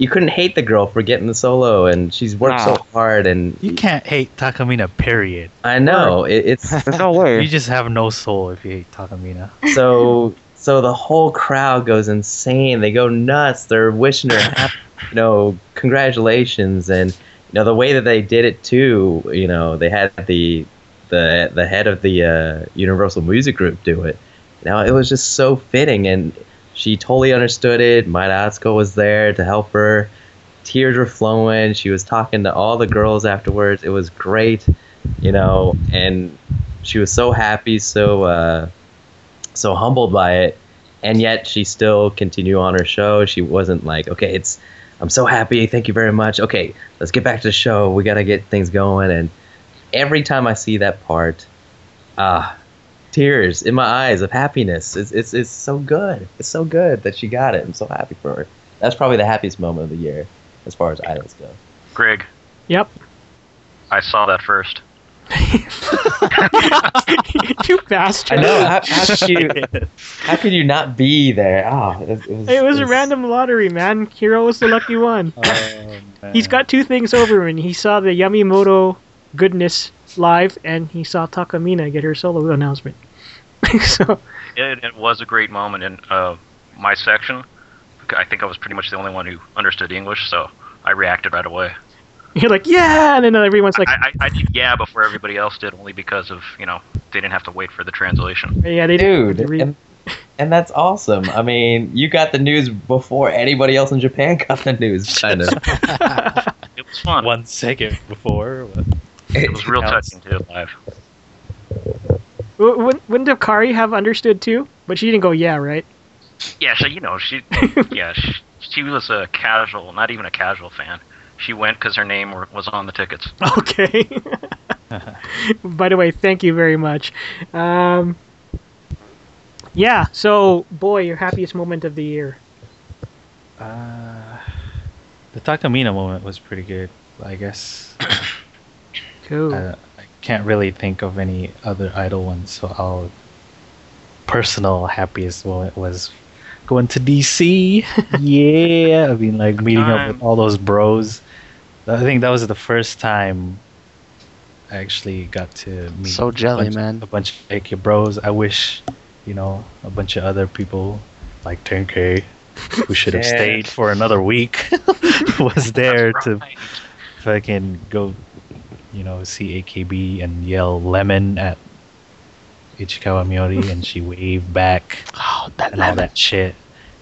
You couldn't hate the girl for getting the solo, and she's worked Nah. so hard. And You can't hate Takamina, period. I know it, it's There's no way. You just have no soul if you hate Takamina. so so the whole crowd goes insane they go nuts they're wishing her happy, you know congratulations and you know the way that they did it too you know they had the the the head of the uh, universal music group do it you know it was just so fitting and she totally understood it my Atsuko was there to help her tears were flowing she was talking to all the girls afterwards it was great you know and she was so happy so uh so humbled by it and yet she still continued on her show she wasn't like okay it's i'm so happy thank you very much okay let's get back to the show we gotta get things going and every time i see that part ah tears in my eyes of happiness it's, it's, it's so good it's so good that she got it i'm so happy for her that's probably the happiest moment of the year as far as idols go Greg, Yep. I saw that first. you bastard. i know how, how, could you, how could you not be there oh it, it It was was, a it's- random lottery, man. Hiro was the lucky one. Um, He's got two things over him. He saw the Yamimoto goodness live, and he saw Takamina get her solo announcement. so, It, it was a great moment in uh, my section. I think I was pretty much the only one who understood English, so I reacted right away. you're like, yeah, and then everyone's like, I, I, I did yeah before everybody else did, only because of you know they didn't have to wait for the translation. yeah, they didn't dude read. and, and that's awesome i mean you got the news before anybody else in japan got the news kind of It was fun. one second before. but- It was real touching too live. W- wouldn't, wouldn't Dakari have understood too? But she didn't go, yeah, right? Yeah, so you know she, yeah, she, she was a casual, not even a casual fan. She went because her name were, was on the tickets. Okay. By the way, thank you very much. Um, yeah, so, boy, your happiest moment of the year. Uh, the Takamina moment was pretty good, I guess. Cool. I, Uh, I can't really think of any other idol ones, so I'll personal happiest moment was going to DC. yeah, I mean like meeting up with time. all those bros. I think that was the first time I actually got to meet So jelly, a bunch, man. A bunch of AK bros. I wish, you know, a bunch of other people like 10K who should have Yeah. stayed for another week was there to Right. fucking go, you know, see AKB and yell lemon at Ichikawa Miori and she waved back Oh, that and all that shit.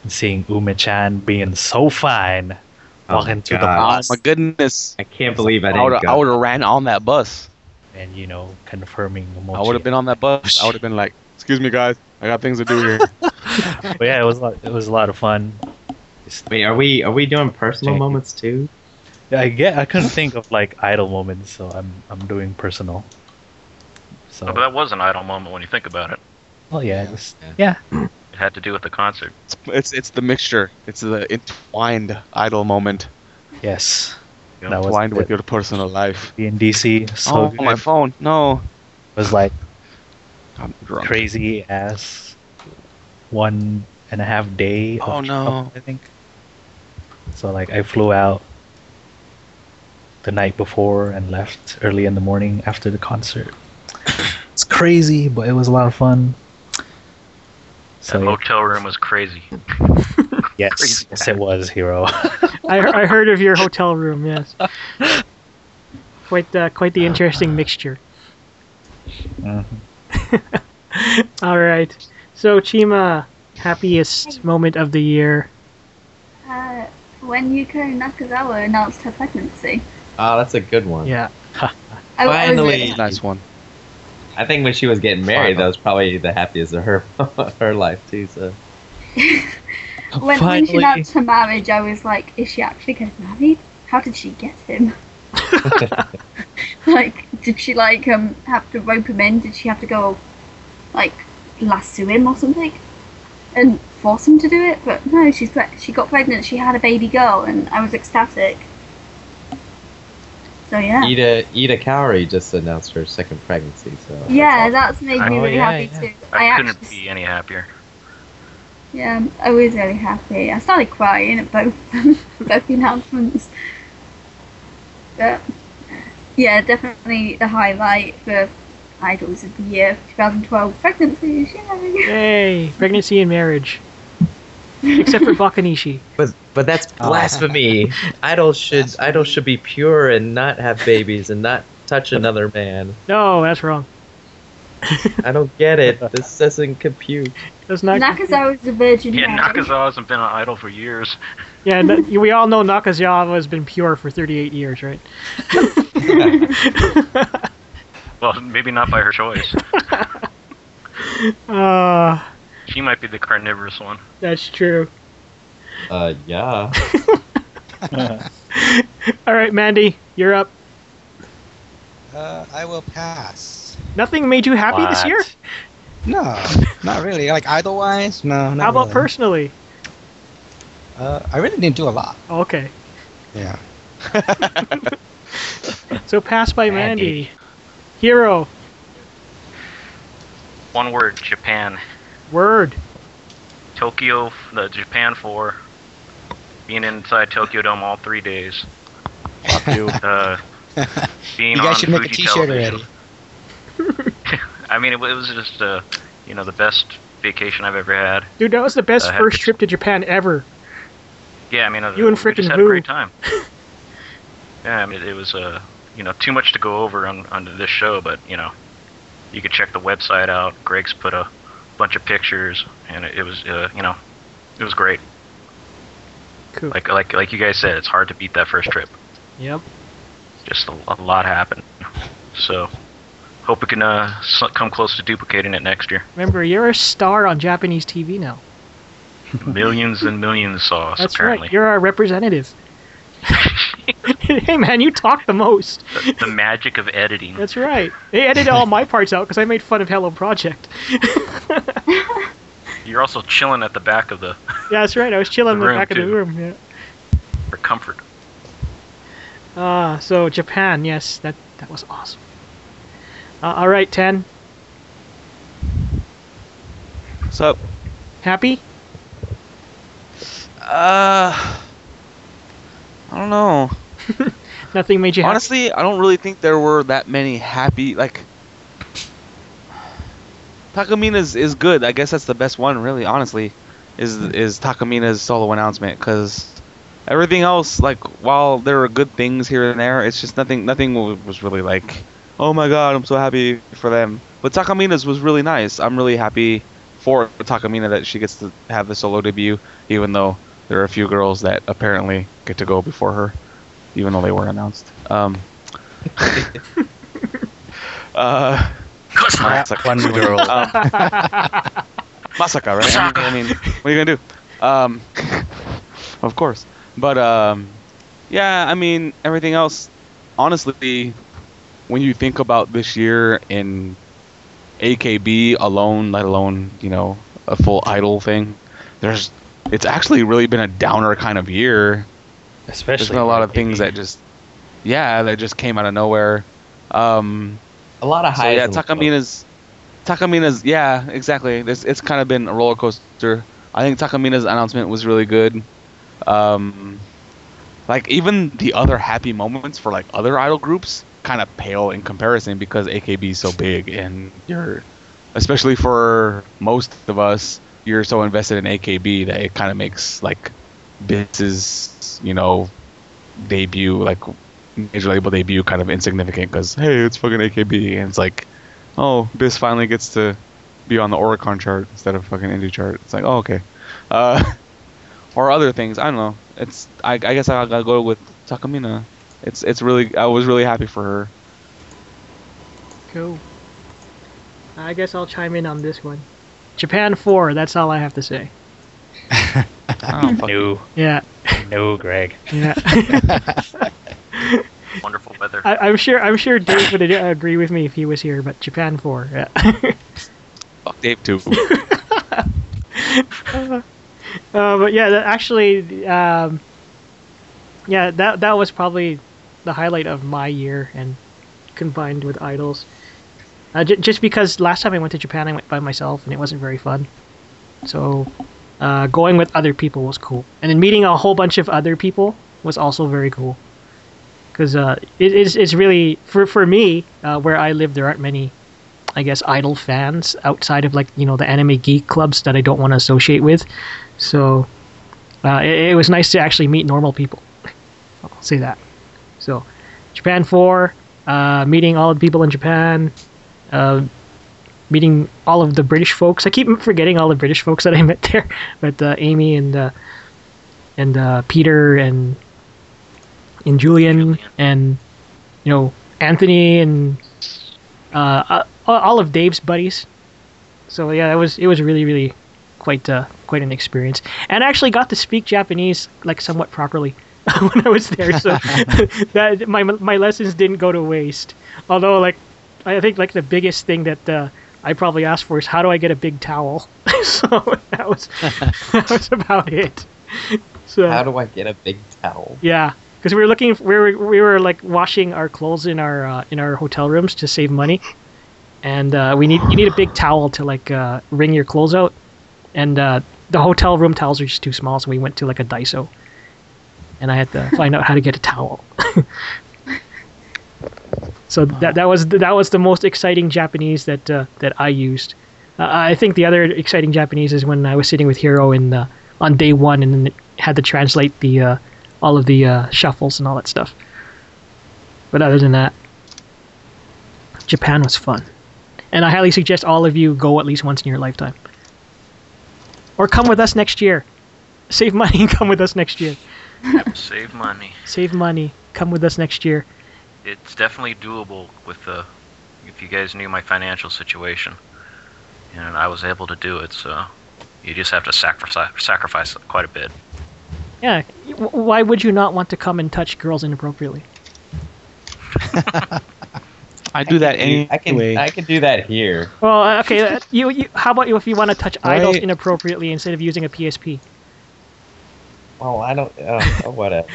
And seeing Ume-chan being so fine walking through the God. oh bus my goodness! i can't believe i I would didn't I go. would have ran on that bus. and, you know, confirming Oh, I would have been on that bus. I would have been like, "Excuse me, guys, I got things to do here." But yeah, it was, a lot, it was a lot of fun. Wait, are we are we doing personal Thank you. moments too Yeah, I get. I couldn't think of like idle moments, so I'm I'm doing personal. But So, that was an idle moment when you think about it. well, yeah, just, It had to do with the concert. It's it's, it's the mixture. It's the entwined idle moment, yes. Yeah. That was entwined with with your personal life. in DC. So oh, good. my phone! No, It was like I'm drunk. crazy ass one and a half day. of Oh, no. travel, I think. So like I flew out the night before and left early in the morning after the concert. it's crazy, but it was a lot of fun. The So motel room was crazy. yes, yes, it was hero. I, I heard of your hotel room. Yes, quite the quite the interesting mixture. Mhm. All right, so Chima, happiest moment of the year. Uh, when Yuko Nakazawa announced her pregnancy, oh that's a good one Yeah, I, I was Finally. really happy. Nice one. i think when she was getting married that was probably the happiest of her her life too so when, when she announced her marriage, I was like, is she actually getting married? How did she get him? like, did she like um have to rope him in? Did she have to go like lasso him or something and force him to do it? But no, she's pre- she got pregnant. She had a baby girl, and I was ecstatic. So yeah, ida ida Kauri just announced her second pregnancy so yeah, that's made me Oh, really yeah, happy yeah. too. I, I, couldn't actually, be any happier. Yeah, I was really happy. I started crying at both both announcements. But yeah, definitely the highlight for Idols of the Year 2012 pregnancies. Yay! Yay! Pregnancy and marriage. Except for Bakanishi. But but that's blasphemy. idols should idols should be pure and not have babies and not touch another man. No, that's wrong. I don't get it. This doesn't compute. That's not. Nakazawa was a virgin. Yeah, Mary. Nakazawa hasn't been an idol for years. Yeah, na- we all know Nakazawa has been pure for 38 years, right? Well, maybe not by her choice. Uh, She might be the carnivorous one. that's true. Uh, yeah. All right, Mandy, you're up. Uh, I will pass. Nothing made you happy this What? year? No, not really. Like idol wise, no. Not How about really. personally? Uh, I really didn't do a lot. Oh, okay. Yeah. So pass by Mandy. Hero. One word: Japan. Word. Tokyo, the Japan for being inside Tokyo Dome all three days. Uh, being You guys on should make a Fuji T-shirt television. I mean, it, wa- it was just uh, you know the best vacation I've ever had. Dude, that was the best Uh, heck. first trip to Japan ever. Yeah, I mean, uh, You and we just frickin' had who? a great time. yeah, I mean, it, it was uh, you know too much to go over on on this show, but you know, you could check the website out. Greg's put a bunch of pictures, and it, it was uh, you know, it was great. Cool. Like like like you guys said, it's hard to beat that first trip. Yep. Just a, a lot happened. So hope we can uh, so- come close to duplicating it next year. Remember, you're a star on Japanese TV now. millions and millions saw us That's apparently. right. You're our representative. hey, man, you talk the most. the, the magic of editing. That's right. They edited all my parts out because I made fun of Hello Project. You're also chilling at the back of the Yeah, that's right. I was chilling in The the room, back of the too. room. Yeah. for comfort. Ah, so Japan. Yes, that that was awesome. Uh, all right, ten. What's up? Happy? Uh, I don't know. Nothing made you happy. Honestly, I don't really think there were that many happy like. Takamina's is good. I guess that's the best one, really. Honestly, is is Takamina's solo announcement because everything else, like while there were good things here and there, it's just nothing. Nothing wa- was really like, oh my god, I'm so happy for them. But Takamina's was really nice. I'm really happy for Takamina that she gets to have the solo debut, even though there are a few girls that apparently get to go before her even though they were announced. Um, uh, That's like one girl. um, Masaka, right? I mean, what are you gonna do? Um, of course, but um, yeah, I mean, everything else. Honestly, when you think about this year in AKB alone, let alone you know a full idol thing, there's it's actually really been a downer kind of year Especially there's been a lot of things that just yeah that just came out of nowhere um A lot of so highs. yeah and lows. takamina's takamina's yeah exactly There's, it's kind of been a roller coaster i think takamina's announcement was really good um like even the other happy moments for like other idol groups kind of pale in comparison because akb is so big and you're especially for most of us you're so invested in akb that it kind of makes like this is you know debut like major label debut kind of insignificant because hey it's fucking akb and it's like oh this finally gets to be on the oricon chart instead of fucking indie chart it's like oh okay uh, or other things i don't know it's i, I guess i gotta go with takamina it's it's really i was really happy for her Cool. I guess I'll chime in on this one. Japan four. That's all I have to say. I don't fucking- no, Yeah, no, Greg. yeah. Wonderful weather. I, I'm sure. I'm sure Dave would uh, agree with me if he was here. But Japan four. Yeah. fuck dave too Uh, but yeah, that actually, um, yeah, that that was probably the highlight of my year, and combined with idols, uh, j- just because last time I went to Japan, I went by myself, and it wasn't very fun. So uh, going with other people was cool, and then meeting a whole bunch of other people was also very cool. Because uh, it is it's really for for me uh, where I live, there aren't many, I guess, idol fans outside of like you know the anime geek clubs that I don't want to associate with. So uh, it, it was nice to actually meet normal people. I'll say that. So Japan four, uh, meeting all the people in Japan. Uh, meeting all of the British folks. I keep forgetting all the British folks that I met there, but uh, Amy and uh, and uh, Peter and and Julian and you know Anthony and uh, uh, all of Dave's buddies. So yeah, that was it was really really quite uh, quite an experience, and I actually got to speak Japanese like somewhat properly. when I was there, so that my my lessons didn't go to waste. Although, like, I think like the biggest thing that uh, I probably asked for is how do I get a big towel? so that was that was about it. So How do I get a big towel? yeah, because we were looking, we were we were like washing our clothes in our uh, in our hotel rooms to save money, and uh, we need you need a big towel to like uh, wring your clothes out, and uh, the hotel room towels are just too small, so we went to like a Daiso, and I had to find out how to get a towel. so that that was that was the most exciting Japanese that uh, that I used. Uh, I think the other exciting Japanese is when I was sitting with Hiro in the, on day one and then had to translate the uh, all of the uh, shuffles and all that stuff. But other than that, Japan was fun, and I highly suggest all of you go at least once in your lifetime, or come with us next year. Save money and come with us next year. Save money. Save money, come with us next year. It's definitely doable with the. If you guys knew my financial situation, and I was able to do it, so you just have to sacrifice sacrifice quite a bit. Yeah, w- why would you not want to come and touch girls inappropriately? I do that anyway. I can I can do that here. Well, uh, okay. uh, You, you, how about you if you want to touch idols Right. inappropriately instead of using a PSP? Oh, I don't. Oh, oh whatever.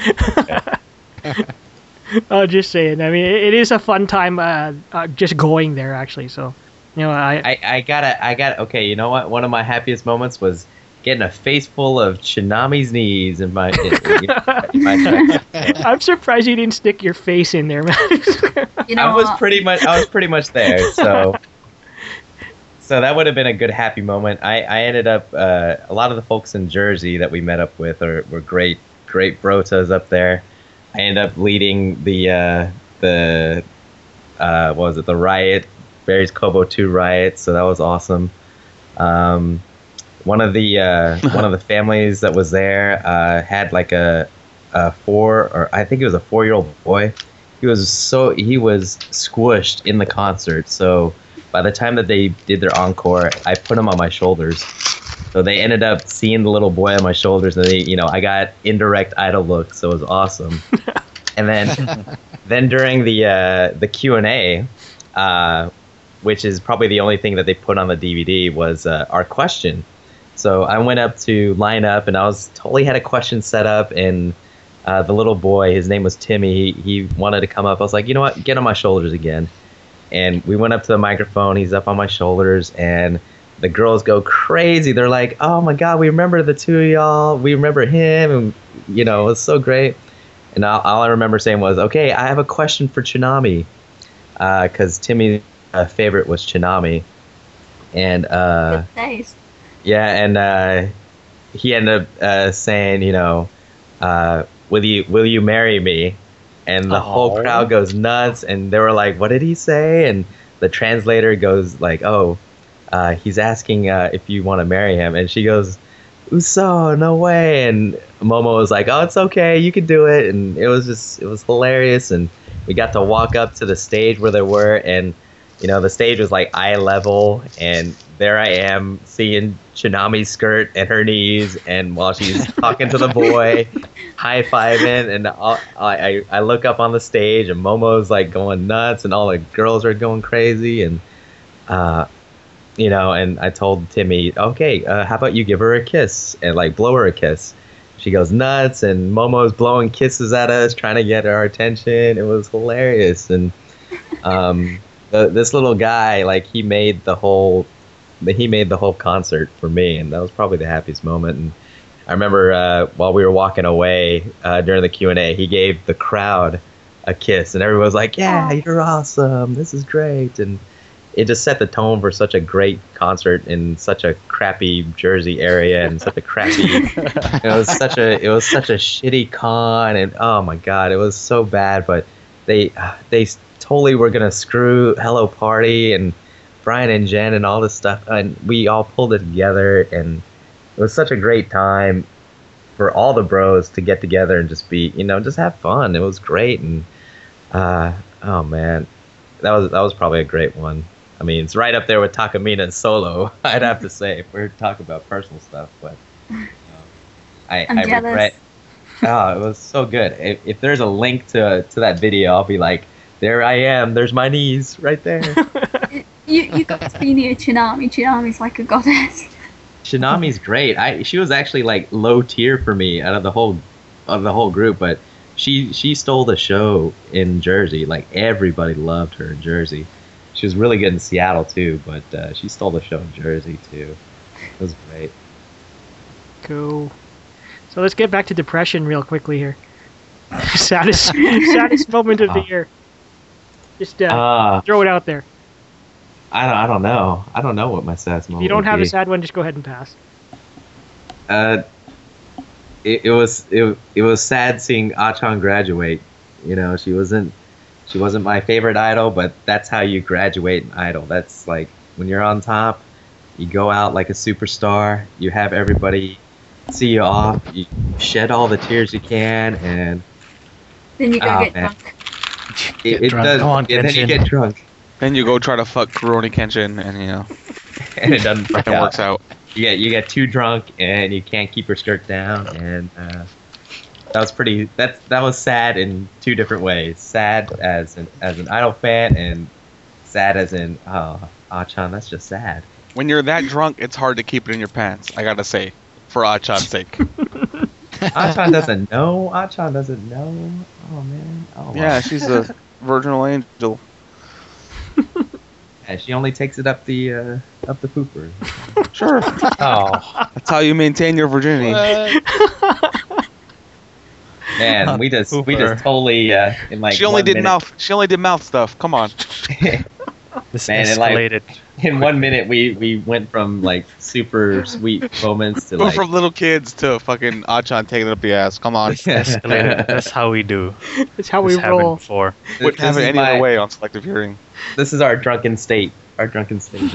Oh, just saying. I mean, it, it is a fun time uh, uh, just going there, actually. So, you know, I, I, I gotta, I got to Okay, you know what? One of my happiest moments was getting a face full of Shinami's knees in my. In, in my I'm surprised you didn't stick your face in there, man. You know, uh, I was what? pretty much, I was pretty much there. So, so that would have been a good happy moment. I, I ended up. Uh, a lot of the folks in Jersey that we met up with are were great, great brotas up there. I ended up leading the uh, the uh, what was it? The riot, Barry's Kobo two riot. So that was awesome. Um, one of the uh, one of the families that was there uh, had like a, a four or I think it was a four year old boy. He was so he was squished in the concert. So by the time that they did their encore, I put him on my shoulders. So they ended up seeing the little boy on my shoulders, and they you know I got indirect idol looks. So it was awesome. and then then during the uh, the Q and A. Uh, which is probably the only thing that they put on the DVD was uh, our question. So I went up to line up, and I was totally had a question set up, and uh, the little boy, his name was Timmy, he, he wanted to come up. I was like, you know what, get on my shoulders again. And we went up to the microphone. He's up on my shoulders, and the girls go crazy. They're like, oh my god, we remember the two of y'all. We remember him, and you know, it was so great. And all, all I remember saying was, okay, I have a question for Tsunami, because Timmy's uh, favorite was Tsunami, and. Uh, Good days. yeah, and uh, he ended up uh, saying, you know, uh, "Will you will you marry me?" And the whole Aw. crowd goes nuts, and they were like, "What did he say?" And the translator goes like, "Oh, uh, he's asking uh, if you want to marry him," and she goes, "Uso, no way!" And Momo was like, "Oh, it's okay, you can do it," and it was just it was hilarious, and we got to walk up to the stage where they were, and you know, the stage was like eye level, and there I am seeing Shinami's skirt and her knees, and while she's talking to the boy, high fiving, and all, I, I I look up on the stage, and Momo's like going nuts, and all the girls are going crazy, and uh, you know, and I told Timmy, okay, uh, how about you give her a kiss and like blow her a kiss. She goes nuts, and Momo's blowing kisses at us, trying to get our attention. It was hilarious, and um, the, this little guy, like, he made the whole that he made the whole concert for me, and that was probably the happiest moment. And I remember uh, while we were walking away uh, during the Q and A, he gave the crowd a kiss, and everyone was like, "Yeah, you're awesome. This is great." And it just set the tone for such a great concert in such a crappy Jersey area and such a crappy. it was such a it was such a shitty con, and oh my god, it was so bad. But they they totally were gonna screw Hello Party and Brian and Jen and all this stuff, and we all pulled it together, and it was such a great time for all the bros to get together and just be you know just have fun. It was great, and uh, oh man. That was that was probably a great one. I mean, it's right up there with Takamina and Solo. I'd have to say if we're talking about personal stuff, but um, I, I'm I jealous. regret. Oh, it was so good. If, if there's a link to to that video, I'll be like, there I am. There's my knees right there. You you got to be near Chinami. Chinami's like a goddess. Shinami's great. I she was actually like low tier for me out of the whole out of the whole group, but she she stole the show in Jersey. Like everybody loved her in Jersey. She was really good in Seattle too, but uh, she stole the show in Jersey too. It was great. Cool. So let's get back to depression real quickly here. saddest, saddest moment of the Wow. year. Just uh, Uh, throw it out there. I don't I don't know. I don't know what my If saddest moment. you don't would have be. a sad one, just go ahead and pass. uh, it, it was it, it was sad seeing Achan graduate. You know, she wasn't she wasn't my favorite idol, but that's how you graduate an idol. That's like when you're on top, you go out like a superstar. You have everybody see you off. You shed all the tears you can, and Then you go Ah, get man. drunk. it, Get it drunk. does. Come on, and then you Genshin. get drunk, Then you go try to fuck Kuroni Kenshin, and you know, and it doesn't work it out. works out. you get you get too drunk and you can't keep your skirt down and uh, that was pretty that that was sad in two different ways sad as an as an idol fan and sad as in oh achan that's just sad When you're that drunk, it's hard to keep it in your pants. I gotta say, for Achan's sake. achan doesn't know achan doesn't know oh man oh wow. yeah, she's a virginal angel. Yeah, she only takes it up the uh, up the pooper Sure, oh that's how you maintain your virginity. What? man we just we just totally uh, in like she only one did minute- mouth. She only did mouth stuff. Come on. This Man, it, like- escalated. in one minute we we went from like super sweet moments to Go like from little kids to fucking Achan taking it up the ass. Come on. escalated. That's how we do. That's how this we roll. happened before. Wouldn't This have it is any my- other way on selective hearing. This is our drunken state. Our drunken state.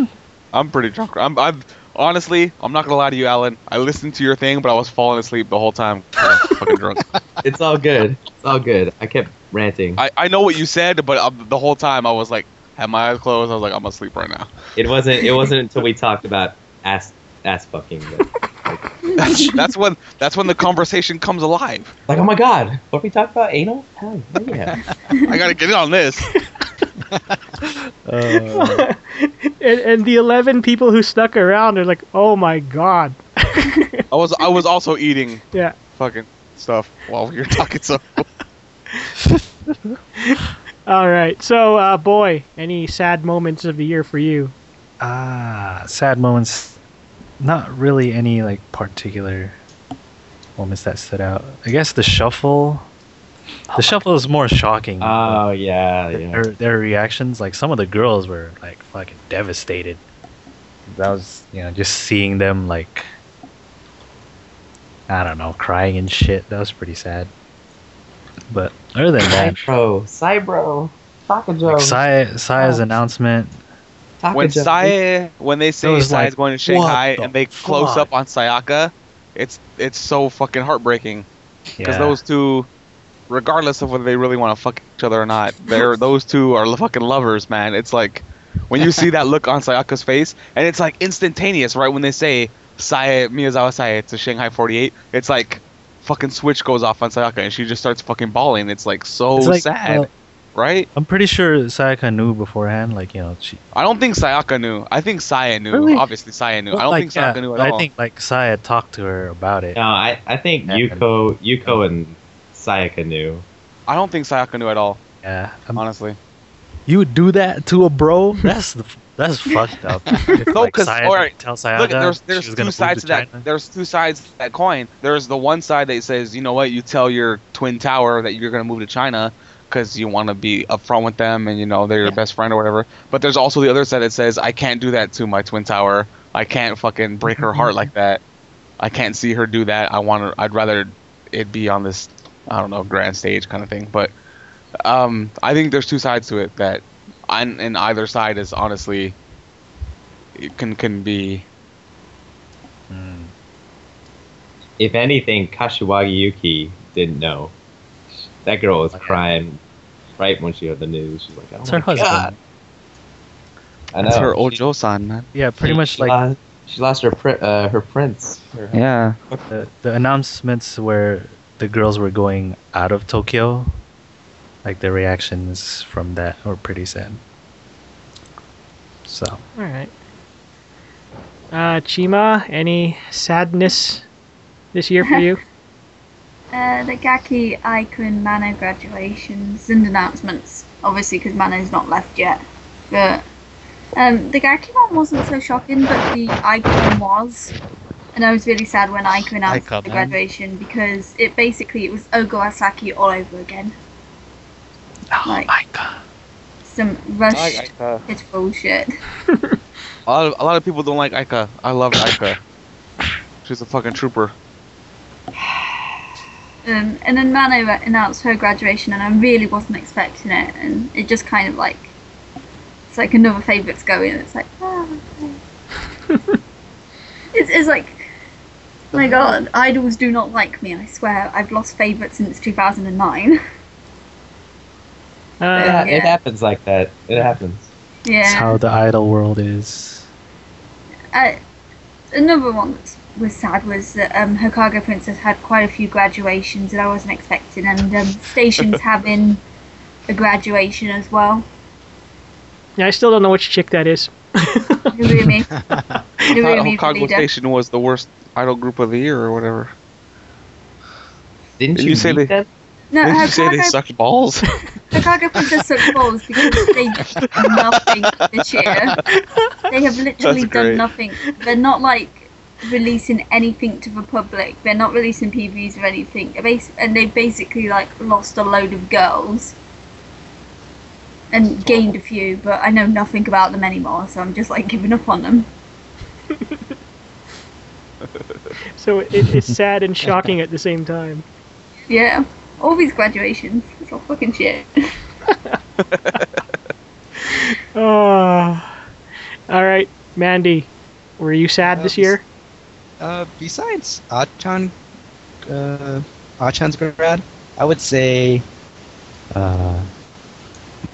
I'm pretty drunk. I'm. I'm honestly. I'm not gonna lie to you, Alan. I listened to your thing, but I was falling asleep the whole time. 'cause I was fucking drunk. it's all good. It's all good. I kept ranting. I, I know what you said, but i the whole time I was like, had my eyes closed. I was like, I'm asleep right now. It wasn't. It wasn't until we talked about ass ass fucking. That, That's, that's when that's when the conversation comes alive. like oh my god, what we talked about anal? Hell yeah. I gotta get in on this. and, and the 11 people who stuck around are like, oh my god. I was I was also eating Yeah. fucking stuff while we were talking. So All right. So, uh, boy, any sad moments of the year for you? Ah, sad moments. Not really any like particular moments that stood out. I guess the shuffle. Oh The shuffle is more shocking. Ah, Oh yeah, yeah. their, their reactions, like some of the girls were like fucking devastated. That was, you know, just seeing them like, I don't know, crying and shit. That was pretty sad. But other than that, Cybro, Cybro, like Takajo, Sai, Oh. Sai's announcement, Takajo. when Saya when they It say was Saya's like, going to Shanghai what the and they close fuck? up on Sayaka, it's it's so fucking heartbreaking because yeah, those two, regardless of whether they really want to fuck each other or not, they're those two are lo- fucking lovers, man. It's like when you see that look on Sayaka's face, and it's like instantaneous, right when they say Saya Miyazawa Saya to Shanghai 48, it's like fucking switch goes off on Sayaka and she just starts fucking bawling. It's like so It's like, sad, well- right? I'm pretty sure Sayaka knew beforehand, like you know, she. I don't think Sayaka knew. I think Saya knew. Really? Obviously, Saya knew. I don't like, think yeah, Sayaka knew at but all. I think like Saya talked to her about it. No, I, I think Yuko, Yuko and Sayaka knew. I Um, don't think Sayaka knew at all, Yeah, I'm- honestly. you would do that to a bro? That's the That's fucked up. No, 'cause- Sayada- alright, tell Sayada Look, there's she there's was two move sides to that. China. There's two sides to that coin. There's the one side that says, you know what, you tell your twin tower that you're gonna move to China because you want to be upfront with them and you know they're your Yeah. best friend or whatever. But there's also the other side that says, I can't do that to my twin tower. I can't fucking break her heart like that. I can't see her do that. I want to. I'd rather it be on this, I don't know, grand stage kind of thing. But um, I think there's two sides to it that, and, and either side is honestly, it can can be Hmm. If anything, Kashiwagi Yuki didn't know. That girl was crying right when she heard the news. She's like, oh It's her my God. husband. I know. That's her old Joe-san, man. Yeah, pretty much She like lost- she lost her pri- uh, her prince. Her Yeah. the, the announcements where the girls were going out of Tokyo. Like the reactions from that were pretty sad. So All right. Uh, Chima, any sadness this year for you? Uh, the Gaki, Ico, and Mana graduations and announcements, obviously, because Mana's not left yet. But um, the Gaki one wasn't so shocking, but the Ico one was. And I was really sad when Ico announced Ico, the man. graduation because it basically it was Ogo Asaki all over again. Like some rushed I like it's bullshit. A lot, of, a lot of people don't like Aika. I love Aika. She's a fucking trooper. Um, and then Mano announced her graduation, and I really wasn't expecting it, and it just kind of like it's like another favourite's going, and it's like, oh, okay." it's, it's like, oh my God, idols do not like me. I swear, I've lost favourites since 2009. Uh, It happens like that. It happens. it's yeah, how the idol world is. I, Uh, another one that was sad was that um, Hokage Princess had quite a few graduations that I wasn't expecting, and um, Station's having a graduation as well. yeah, I still don't know which chick that is. Narumi. Narumi's the Hokago leader. Station was the worst idol group of the year or whatever. Didn't Didn't you, you say meet they- that? No, Didn't you say they Hokago, sucked balls? Hokago Princess took balls because they did nothing this year. They have literally That's done great. nothing. They're not like releasing anything to the public. They're not releasing PVs or anything. They're bas- And they basically like lost a load of girls and gained a few, but I know nothing about them anymore, so I'm just like giving up on them. So it, it's sad and shocking at the same time. Yeah, all these graduations, it's all fucking shit. Oh. All right, Mandy, were you sad this year? Uh, besides Achan, uh, Achan's grad, I would say uh,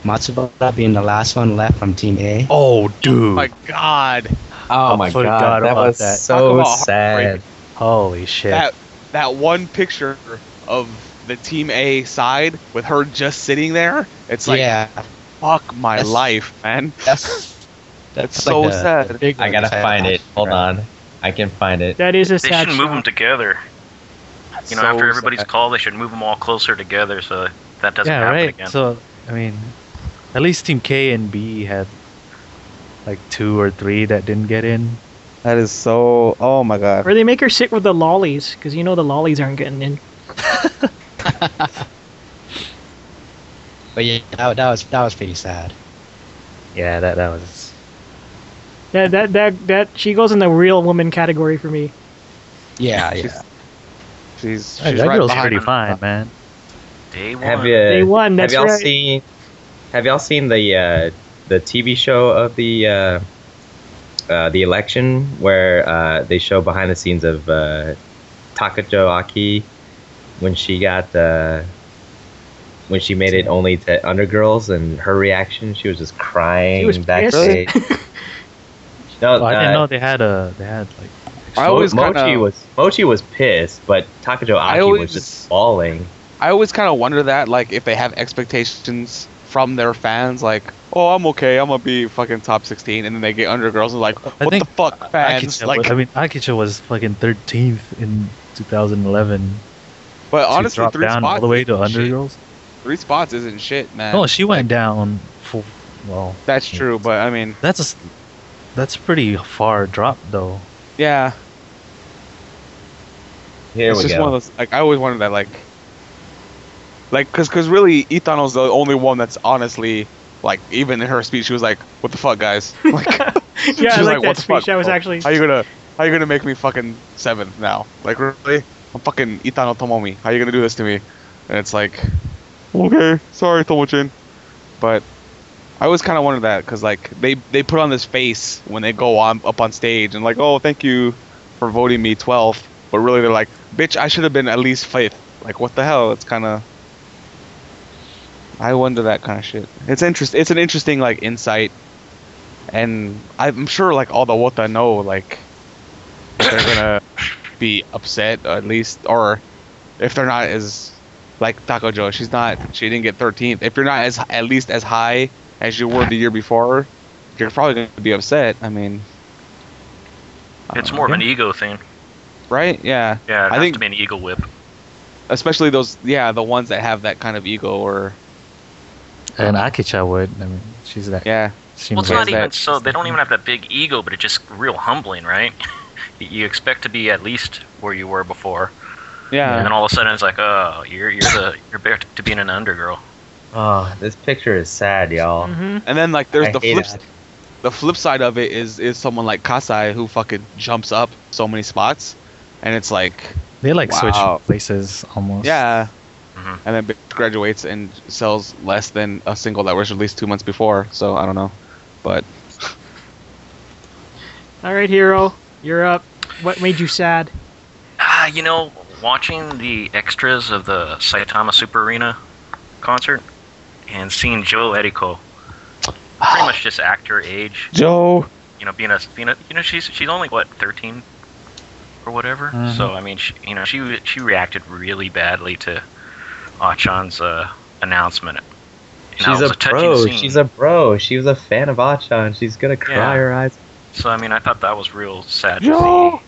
Matsuba being the last one left from Team A. Oh, dude! my god. Oh my forgot god, that about was that. Talk so about sad. heartbreak. Holy shit! That that one picture of the team A side with her just sitting there. It's like yeah, fuck my That's- life, man. that's That's like so the- sad. the big I one. gotta find it. Hold Right. on, I can find it. That is a They sad should move them shock. together. You know, So after everybody's sad. call, they should move them all closer together so that doesn't yeah, happen right. again. So I mean, at least Team K and B had like two or three that didn't get in. That is so. Oh my god. Or they make her sit with the lollies, because you know the lollies aren't getting in. But yeah, that, that was that was pretty sad. Yeah, that that was. That that that that she goes in the real woman category for me. Yeah, She's- yeah. She's, Hey, she's that right girl's behind pretty them. fine, man. Day one. Have you? They won. That's have y'all right. seen? Have y'all seen the uh, the TV show of the uh, uh, the election where uh, they show behind the scenes of uh, Takajo Aki when she got uh, when she made it only to undergirls and her reaction? She was just crying She was backstage. no, Oh, I didn't uh, know they had a they had like. I always Mo- Mochi kinda- was Mochi was pissed, but Takajo I Aki always- was just bawling. I always kind of wonder that, like, if they have expectations from their fans, like, oh, I'm okay, I'm gonna be fucking top 16, and then they get under girls and like, I what think the fuck, fans? Akicha Like, was, I mean, Akicha was fucking 13th in 2011. but She honestly, dropped three down spots, all the way to isn't shit. undergirls. Three spots isn't shit, man. No, she went down for Well, That's true, but I mean, that's a, s- that's a pretty far drop though. yeah, Here it's we just go. one of those. Like I always wanted that, like, like, cause, cause really, Ethanol's the only one that's honestly, like, even in her speech, she was like, "What the fuck, guys?" Like, she Yeah, I was like "What that the fuck, speech. I was bro? actually. How you gonna, how you gonna make me fucking seventh now? Like, really? I'm fucking Ethanol Tomomi. How you gonna do this to me? And it's like, okay, sorry, Tomochin, but I always kind of wanted that because like they they put on this face when they go on up on stage and like, oh, thank you for voting me 12th, but really they're like, bitch, I should have been at least fifth. Like, what the hell? It's kind of. I wonder that kind of shit. It's interest. It's an interesting like insight, and I'm sure like all the Wota know like they're gonna be upset at least, or if they're not as like Taco Joe, she's not. She didn't get 13th. If you're not as at least as high as you were the year before, you're probably gonna be upset. I mean, I It's don't more know. of an ego thing. right? Yeah. Yeah, it Um, I has think- to be an ego whip. especially those yeah the ones that have that kind of ego or And Akicha would. I mean, she's that. yeah Seems Well, it's like not that- even so. They don't even have that big ego, but it's just real humbling, right? You- you expect to be at least where you were before, and yeah then all of a sudden it's like, oh, you're you're the you're back to being an undergirl. Oh, this picture is sad, Mm-hmm. y'all. hmm and then like there's I the hate flip that. the flip side of it is is someone like kasai who fucking jumps up so many spots and it's like They like Wow. switch places almost. yeah Mhm. and then bitch graduates and sells less than a single that was released two months before so i don't know but All right, hero, you're up. What made you sad? Ah, you know, watching the extras of the Saitama Super Arena concert and seeing Joe Eriko, Ah. pretty much just act her age. joe You know, being a being a you know she's she's only what thirteen or whatever. Mm-hmm. Mhm. So I mean, she, you know, she she reacted really badly to Achan's uh, announcement. You know, She's it was a, touching pro. scene. She's a bro. She was a fan of Achan. She's gonna cry Yeah. her eyes. So I mean, I thought that was real sad to Joe!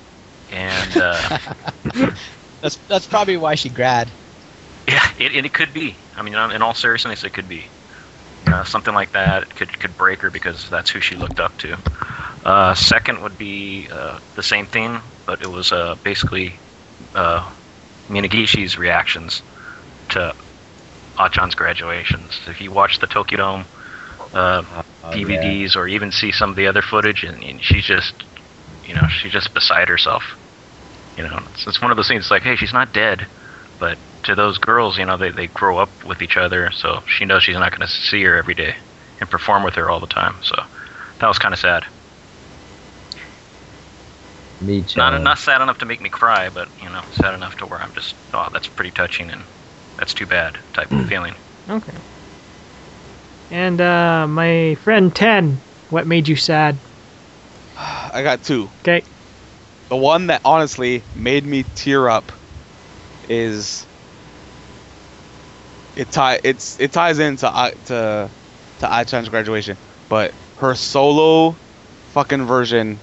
see. And uh, That's that's probably why she grad. yeah, it, it, it could be. I mean, in all seriousness, it could be. Uh, something like that could could break her because that's who she looked up to. Uh, second would be uh, the same thing, but it was uh, basically uh, Minagishi's reactions to Achan's graduations. If you watch the Tokyo Dome uh, Oh, yeah. DVDs or even see some of the other footage, and, and she's just, you know, she's just beside herself. You know, it's, it's one of those things. It's like, hey, she's not dead, but to those girls, you know, they they grow up with each other, so she knows she's not going to see her every day and perform with her all the time. So that was kind of sad. Me Not too. not sad enough to make me cry, but you know, sad enough to where I'm just, oh, that's pretty touching and that's too bad type Hmm. of feeling. Okay. And uh, my friend Ten, what made you sad? i got two Okay. The one that honestly made me tear up is it tie it's it ties into I- to to Achan's graduation, but her solo fucking version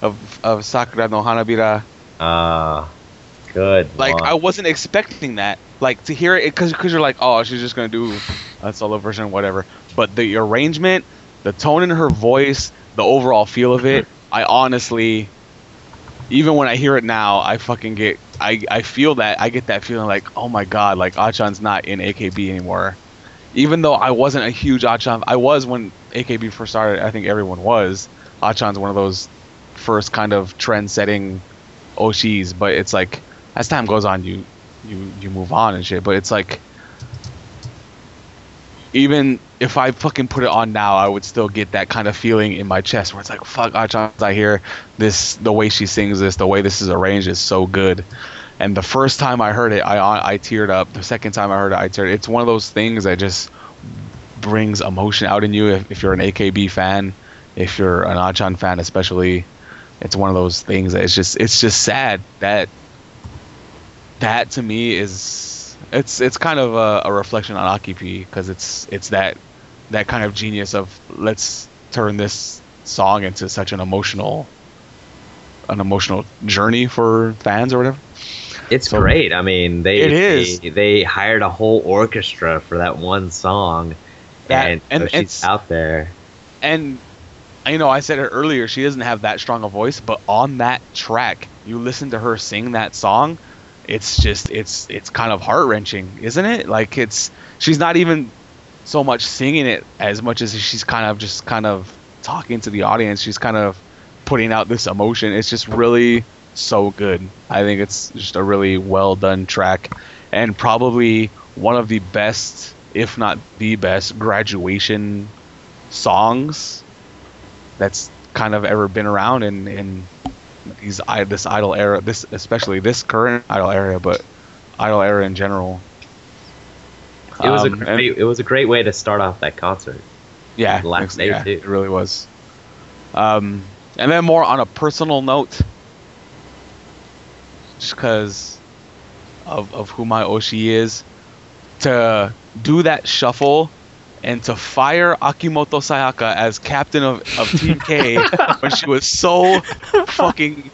of of Sakura no Hanabira. Ah, good. Like one. I wasn't expecting that. Like to hear it because because you're like oh she's just gonna do a solo version whatever. But the arrangement, the tone in her voice, the overall feel of it, I honestly even when I hear it now, I fucking get I, I feel that I get that feeling like, oh my god, like Achan's not in AKB anymore. Even though I wasn't a huge Achan I was when AKB first started, I think everyone was. Achan's one of those first kind of trend setting Oshis, but it's like as time goes on you you you move on and shit. But it's like even if I fucking put it on now, I would still get that kind of feeling in my chest where it's like, fuck, Achan's out here. This, the way she sings this, the way this is arranged is so good. And the first time I heard it, I I teared up. The second time I heard it, I teared. It's one of those things that just brings emotion out in you. If, if you're an AKB fan, if you're an Achan fan, especially, it's one of those things that it's just it's just sad that that to me is it's it's kind of a, a reflection on Akipi because it's it's that that kind of genius of let's turn this song into such an emotional an emotional journey for fans or whatever. It's So- great. I mean, they It is. They, they hired a whole orchestra for that one song, That- and, and so she's it's- out there. and you know I said it earlier. She doesn't have that strong a voice, but on that track, you listen to her sing that song. It's just it's it's kind of heart wrenching, isn't it? Like it's she's not even so much singing it as much as she's kind of just kind of talking to the audience. She's kind of putting out this emotion. It's just really so good. I think it's just a really well done track and probably one of the best, if not the best, graduation songs that's kind of ever been around in in these i- this idol era this especially this current idol era but idol era in general It was a Um, and- great, it was a great way to start off that concert. yeah, Last ex- day, yeah, too. it really was um and then more on a personal note just because of, of who my oshi is to do that shuffle and to fire Akimoto Sayaka as captain of, of Team K when she was so fucking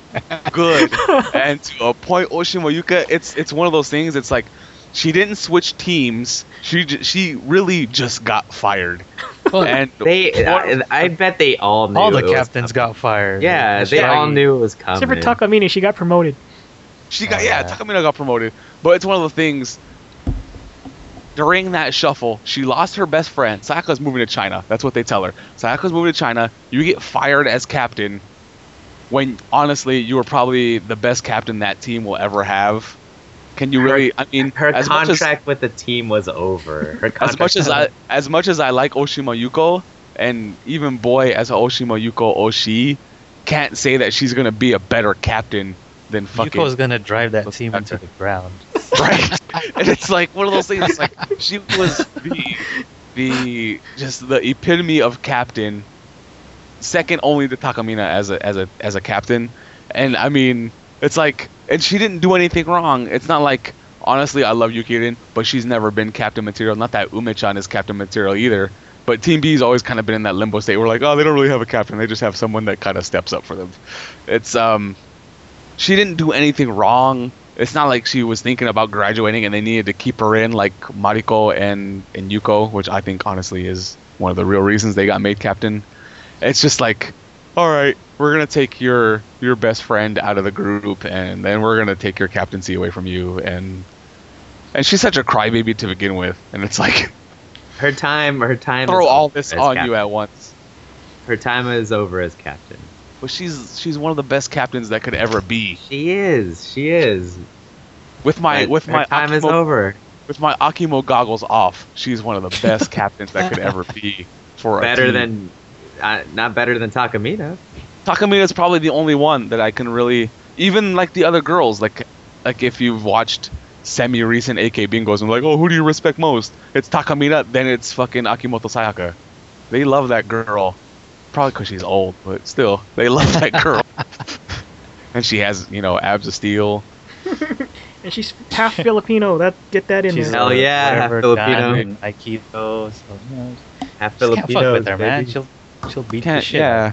good and to appoint Oshi Moyuka, it's it's one of those things. It's like she didn't switch teams. She j- she really just got fired. and They, uh, I, I bet they all knew. All it the was captains coming. got fired. Yeah, they all knew it was coming. Except for Takamine, she got promoted. She got yeah, Uh, Uh-huh. Takamina got promoted, but it's one of the things. During that shuffle, she lost her best friend. Sayaka's moving to China. That's what they tell her. Sayaka's moving to China. You get fired as captain, when honestly you were probably the best captain that team will ever have. Can you really? I mean, Her as much as- contract with the team was over. Her contract as much as I as much as I like Oshima Yuko and even boy as Oshima Yuko Oshi can't say that she's gonna be a better captain than fucking Yuko's gonna drive that Let's team back into to- the ground. right? and it's like one of those things. It's like she was the the just the epitome of captain, second only to Takamina as a as a as a captain. And I mean, it's like, and she didn't do anything wrong. It's not like honestly, I love Yukirin, but she's never been captain material. Not that Umechan is captain material either. But Team B's always kind of been in that limbo state. We're like, oh, they don't really have a captain. They just have someone that kind of steps up for them. It's um, she didn't do anything wrong. It's not like she was thinking about graduating and they needed to keep her in like Mariko and, and Yuko, which I think honestly is one of the real reasons they got made captain. It's just like, all right, we're gonna take your your best friend out of the group and then we're gonna take your captaincy away from you and and she's such a crybaby to begin with, and it's like her time, her time. throw is all over this as on captain. you at once. Her time is over as captain. But she's she's one of the best captains that could ever be. She is. She is. With my Her- with her my time is Akimo- over. with my Akimo goggles off, she's one of the best captains that could ever be for a Better team. than, uh, not better than Takamina. Takamina's probably the only one that I can really even like the other girls like like if you've watched semi recent AK bingos and like oh who do you respect most it's Takamina then it's fucking Akimoto Sayaka they love that girl probably because she's old but still they love that girl and she has you know abs of steel And she's half Filipino. That Get that in She's there. Hell a yeah, whatever, Filipino. Dan in Aikido. So, you know, Half just can't fuck Filipino. with her, man. She'll she'll beat the Can't- shit. yeah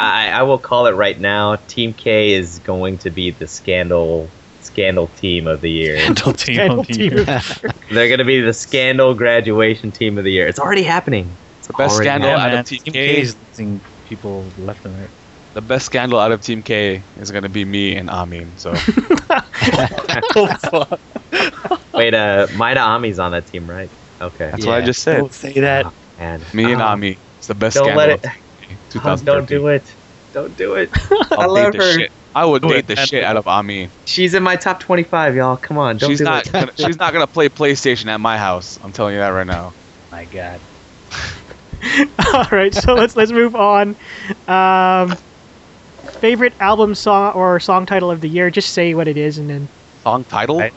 I, I will call it right now. Team K is going to be the scandal scandal team of the year. Don't team Scandal on team. you. They're going to be the scandal graduation team of the year. It's already happening. It's Best already scandal Yeah, out of man, Team Team K. K is losing people left and right. the best scandal out of Team K is gonna be me and Amin so Oh, Wait, uh, Maida Ami's on that team, right? Okay. that's what I Yeah, just said Don't say that. Oh, And me and Ah, Ami it's the best Don't scandal let it. of don't 2013. do it. Don't do it. I'll I love date the her. shit. I would Do date it, the man. shit out of Ami. She's in my top 25, y'all. Come on. Don't She's do not. it. Gonna, she's not gonna play PlayStation at my house. I'm telling you that right now. My God. All right, so let's let's move on. Um, favorite album song or song title of the year? Just say what it is, and then Song title? I-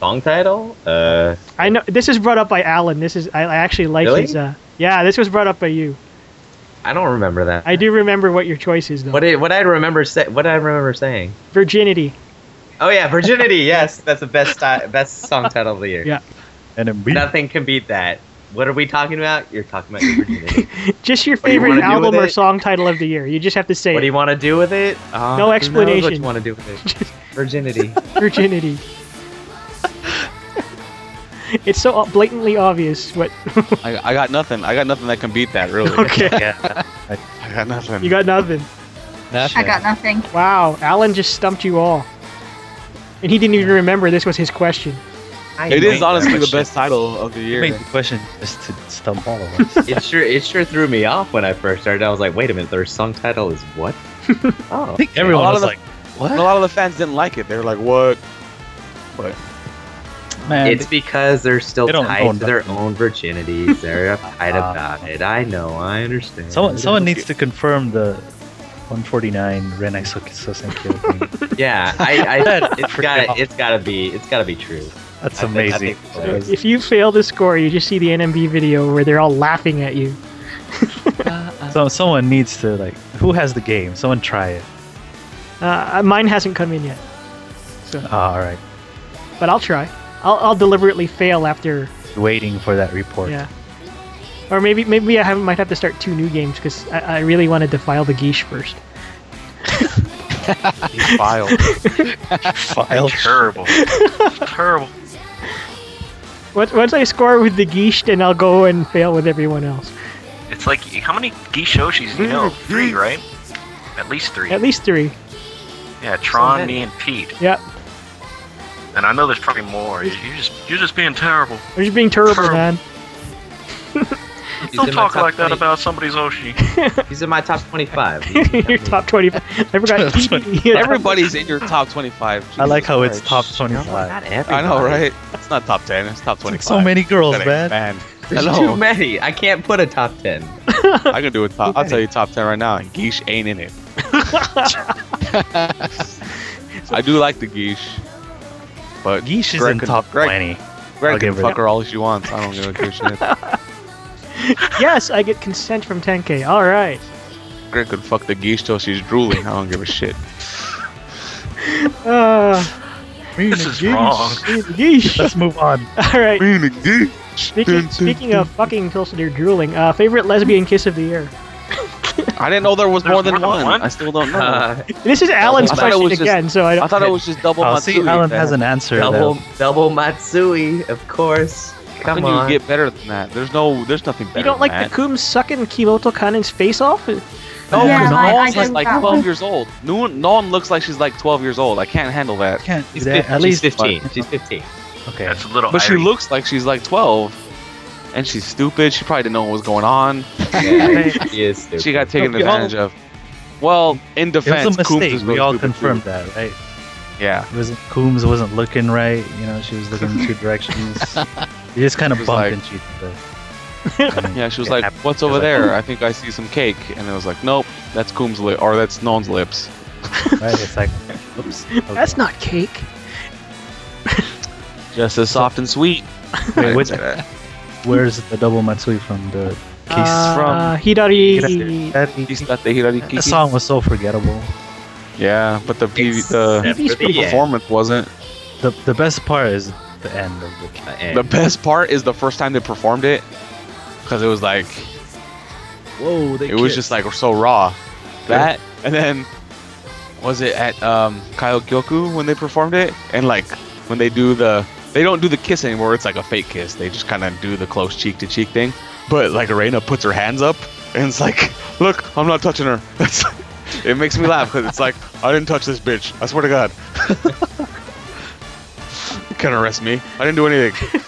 Song title? Uh, I know this is brought up by Alan. This is I, I actually like Really? his. Uh, yeah, this was brought up by you. I don't remember that. I do remember what your choice is though. What I, what I remember say, what I remember saying. Virginity. Oh yeah, virginity. yes, that's the best ti- best song title of the year. Yeah. And then we- Nothing can beat that. What are we talking about? You're talking about your virginity. Just your What do you favorite wanna do with album or it? song title of the year. You just have to say what do you it. want to do with it? Uh, No who knows What explanation. you want to do with it? Virginity. Virginity. It's so ob- blatantly obvious. What? I, I got nothing. I got nothing that can beat that, really. okay, Yeah. I got nothing. you got nothing. I got nothing. Wow, Alan just stumped you all, and he didn't even remember this was his question. it is Wait, honestly the question. best title of the You year. made the question just to stump all of us. It sure it sure threw me off when I first started. I was like, wait a minute, their song title is what? I oh, think everyone A lot was of the- like, And a "What?" lot of the fans didn't like it. They were like, "What?" Man, it's because they're still They don't tied own Uh, to their own virginities. They're uptight about it. I know. I understand. someone someone needs to confirm the 149 Renai Sokiso Senkyo thing. Yeah, I, I That it's freaked me got out. it's got to be it's got to be true. That's I think- I amazing. think So so. If you fail to score, you just see the NMB video where they're all laughing at you. So someone needs to like, who has the game? Someone try it. Uh, mine hasn't come in yet, so Ah, all right, but I'll try. I'll, I'll deliberately fail after. waiting for that report. Yeah. Or maybe maybe I have, might have to start two new games because I, I really want to defile the geesh first. You filed. File. Terrible. Terrible. Once, once I score with the geesh, then I'll go and fail with everyone else. It's like how many Gishoshis do you know? Three, right? At least three. At least three. yeah, Tron, so many. me, and Pete. Yeah. And I know there's probably more. You- You're just you're just being terrible. I'm just being terrible, Terrible. man. He's Don't in my talk top like that 20 about somebody's Oshi. He's in my top twenty-five. You're top 25. I forgot. PB. Everybody's in your top 25. I like how it's Jesus top Christ. No, 25. not everybody. I know, right? It's not top 10. It's top 25. Like so many girls, That ain't bad. man. There's too Hello. many. I can't put a top ten. I can do it. Top, I'll tell you top 10 right now. Geesh ain't in it. I do like the Geesh. But Geesh is Greg in can- top Greg- 20. I'll Greg can give her fuck her all she wants. I don't give a shit. yes, I get consent from 10K. All right. Greg could fuck the Geesh till she's drooling. I don't give a shit. Uh, This is wrong. geesh. Let's move on. All right. Being a Geesh. Speaking, speaking of fucking till they're drooling, uh, favorite lesbian kiss of the year. I didn't know there was There's more than, more one. than one? I still don't know. Uh, This is Alan's I thought it question was just- again, so I don't. I thought it was just double Oh, Matsui. see, Alan man. has an answer. double though. double Matsui, of course. How Come can on. you get better than that? There's no, there's nothing better. you don't than like that. the Coom sucking Kimoto Kanen's face off? No, Yeah, because I- I Nolan's don't like know. 12 years old. No one, no one looks like she's like 12 years old. I can't handle that. Can't do She's that. fif- At least she's 15. She's 15. Okay. That's a little. But she irony. looks like she's like 12. And she's stupid. She probably didn't know what was going on. She is stupid. She got taken Don't we all- advantage of. Well, in It was defense, a Coombs mistake. is We really all stupid too. confirmed that, right? Yeah. It wasn't Coombs wasn't looking right. You know, she was looking in two directions. You just kind of It was bumped like- and she did the. Yeah, she was It like, happened. "What's She was over like, there? I think I see some cake." And I was like, "Nope, that's Coombs' lip, or that's Noan's lips." Right? It's like, oops. That's not cake. Just as soft and sweet. Wait, which- Where's the double Matsui from the He's from- Uh, Hidari. He's not the Hirari The Uh, Kiki. song was so forgettable. Yeah, but the PV, the, Except for the end. performance wasn't. The the best part is the end of the The end. The best part is the first time they performed it, because it was like Whoa, they it was just like so raw. That and then was it at um, Kyoku when they performed it? And like when they do the they don't do the kiss anymore. It's like a fake kiss. They just kind of do the close cheek to cheek thing. But like Reina puts her hands up and it's like, look, I'm not touching her. It's, it makes me laugh because it's like I didn't touch this bitch. I swear to God. You Can't arrest me. I didn't do anything.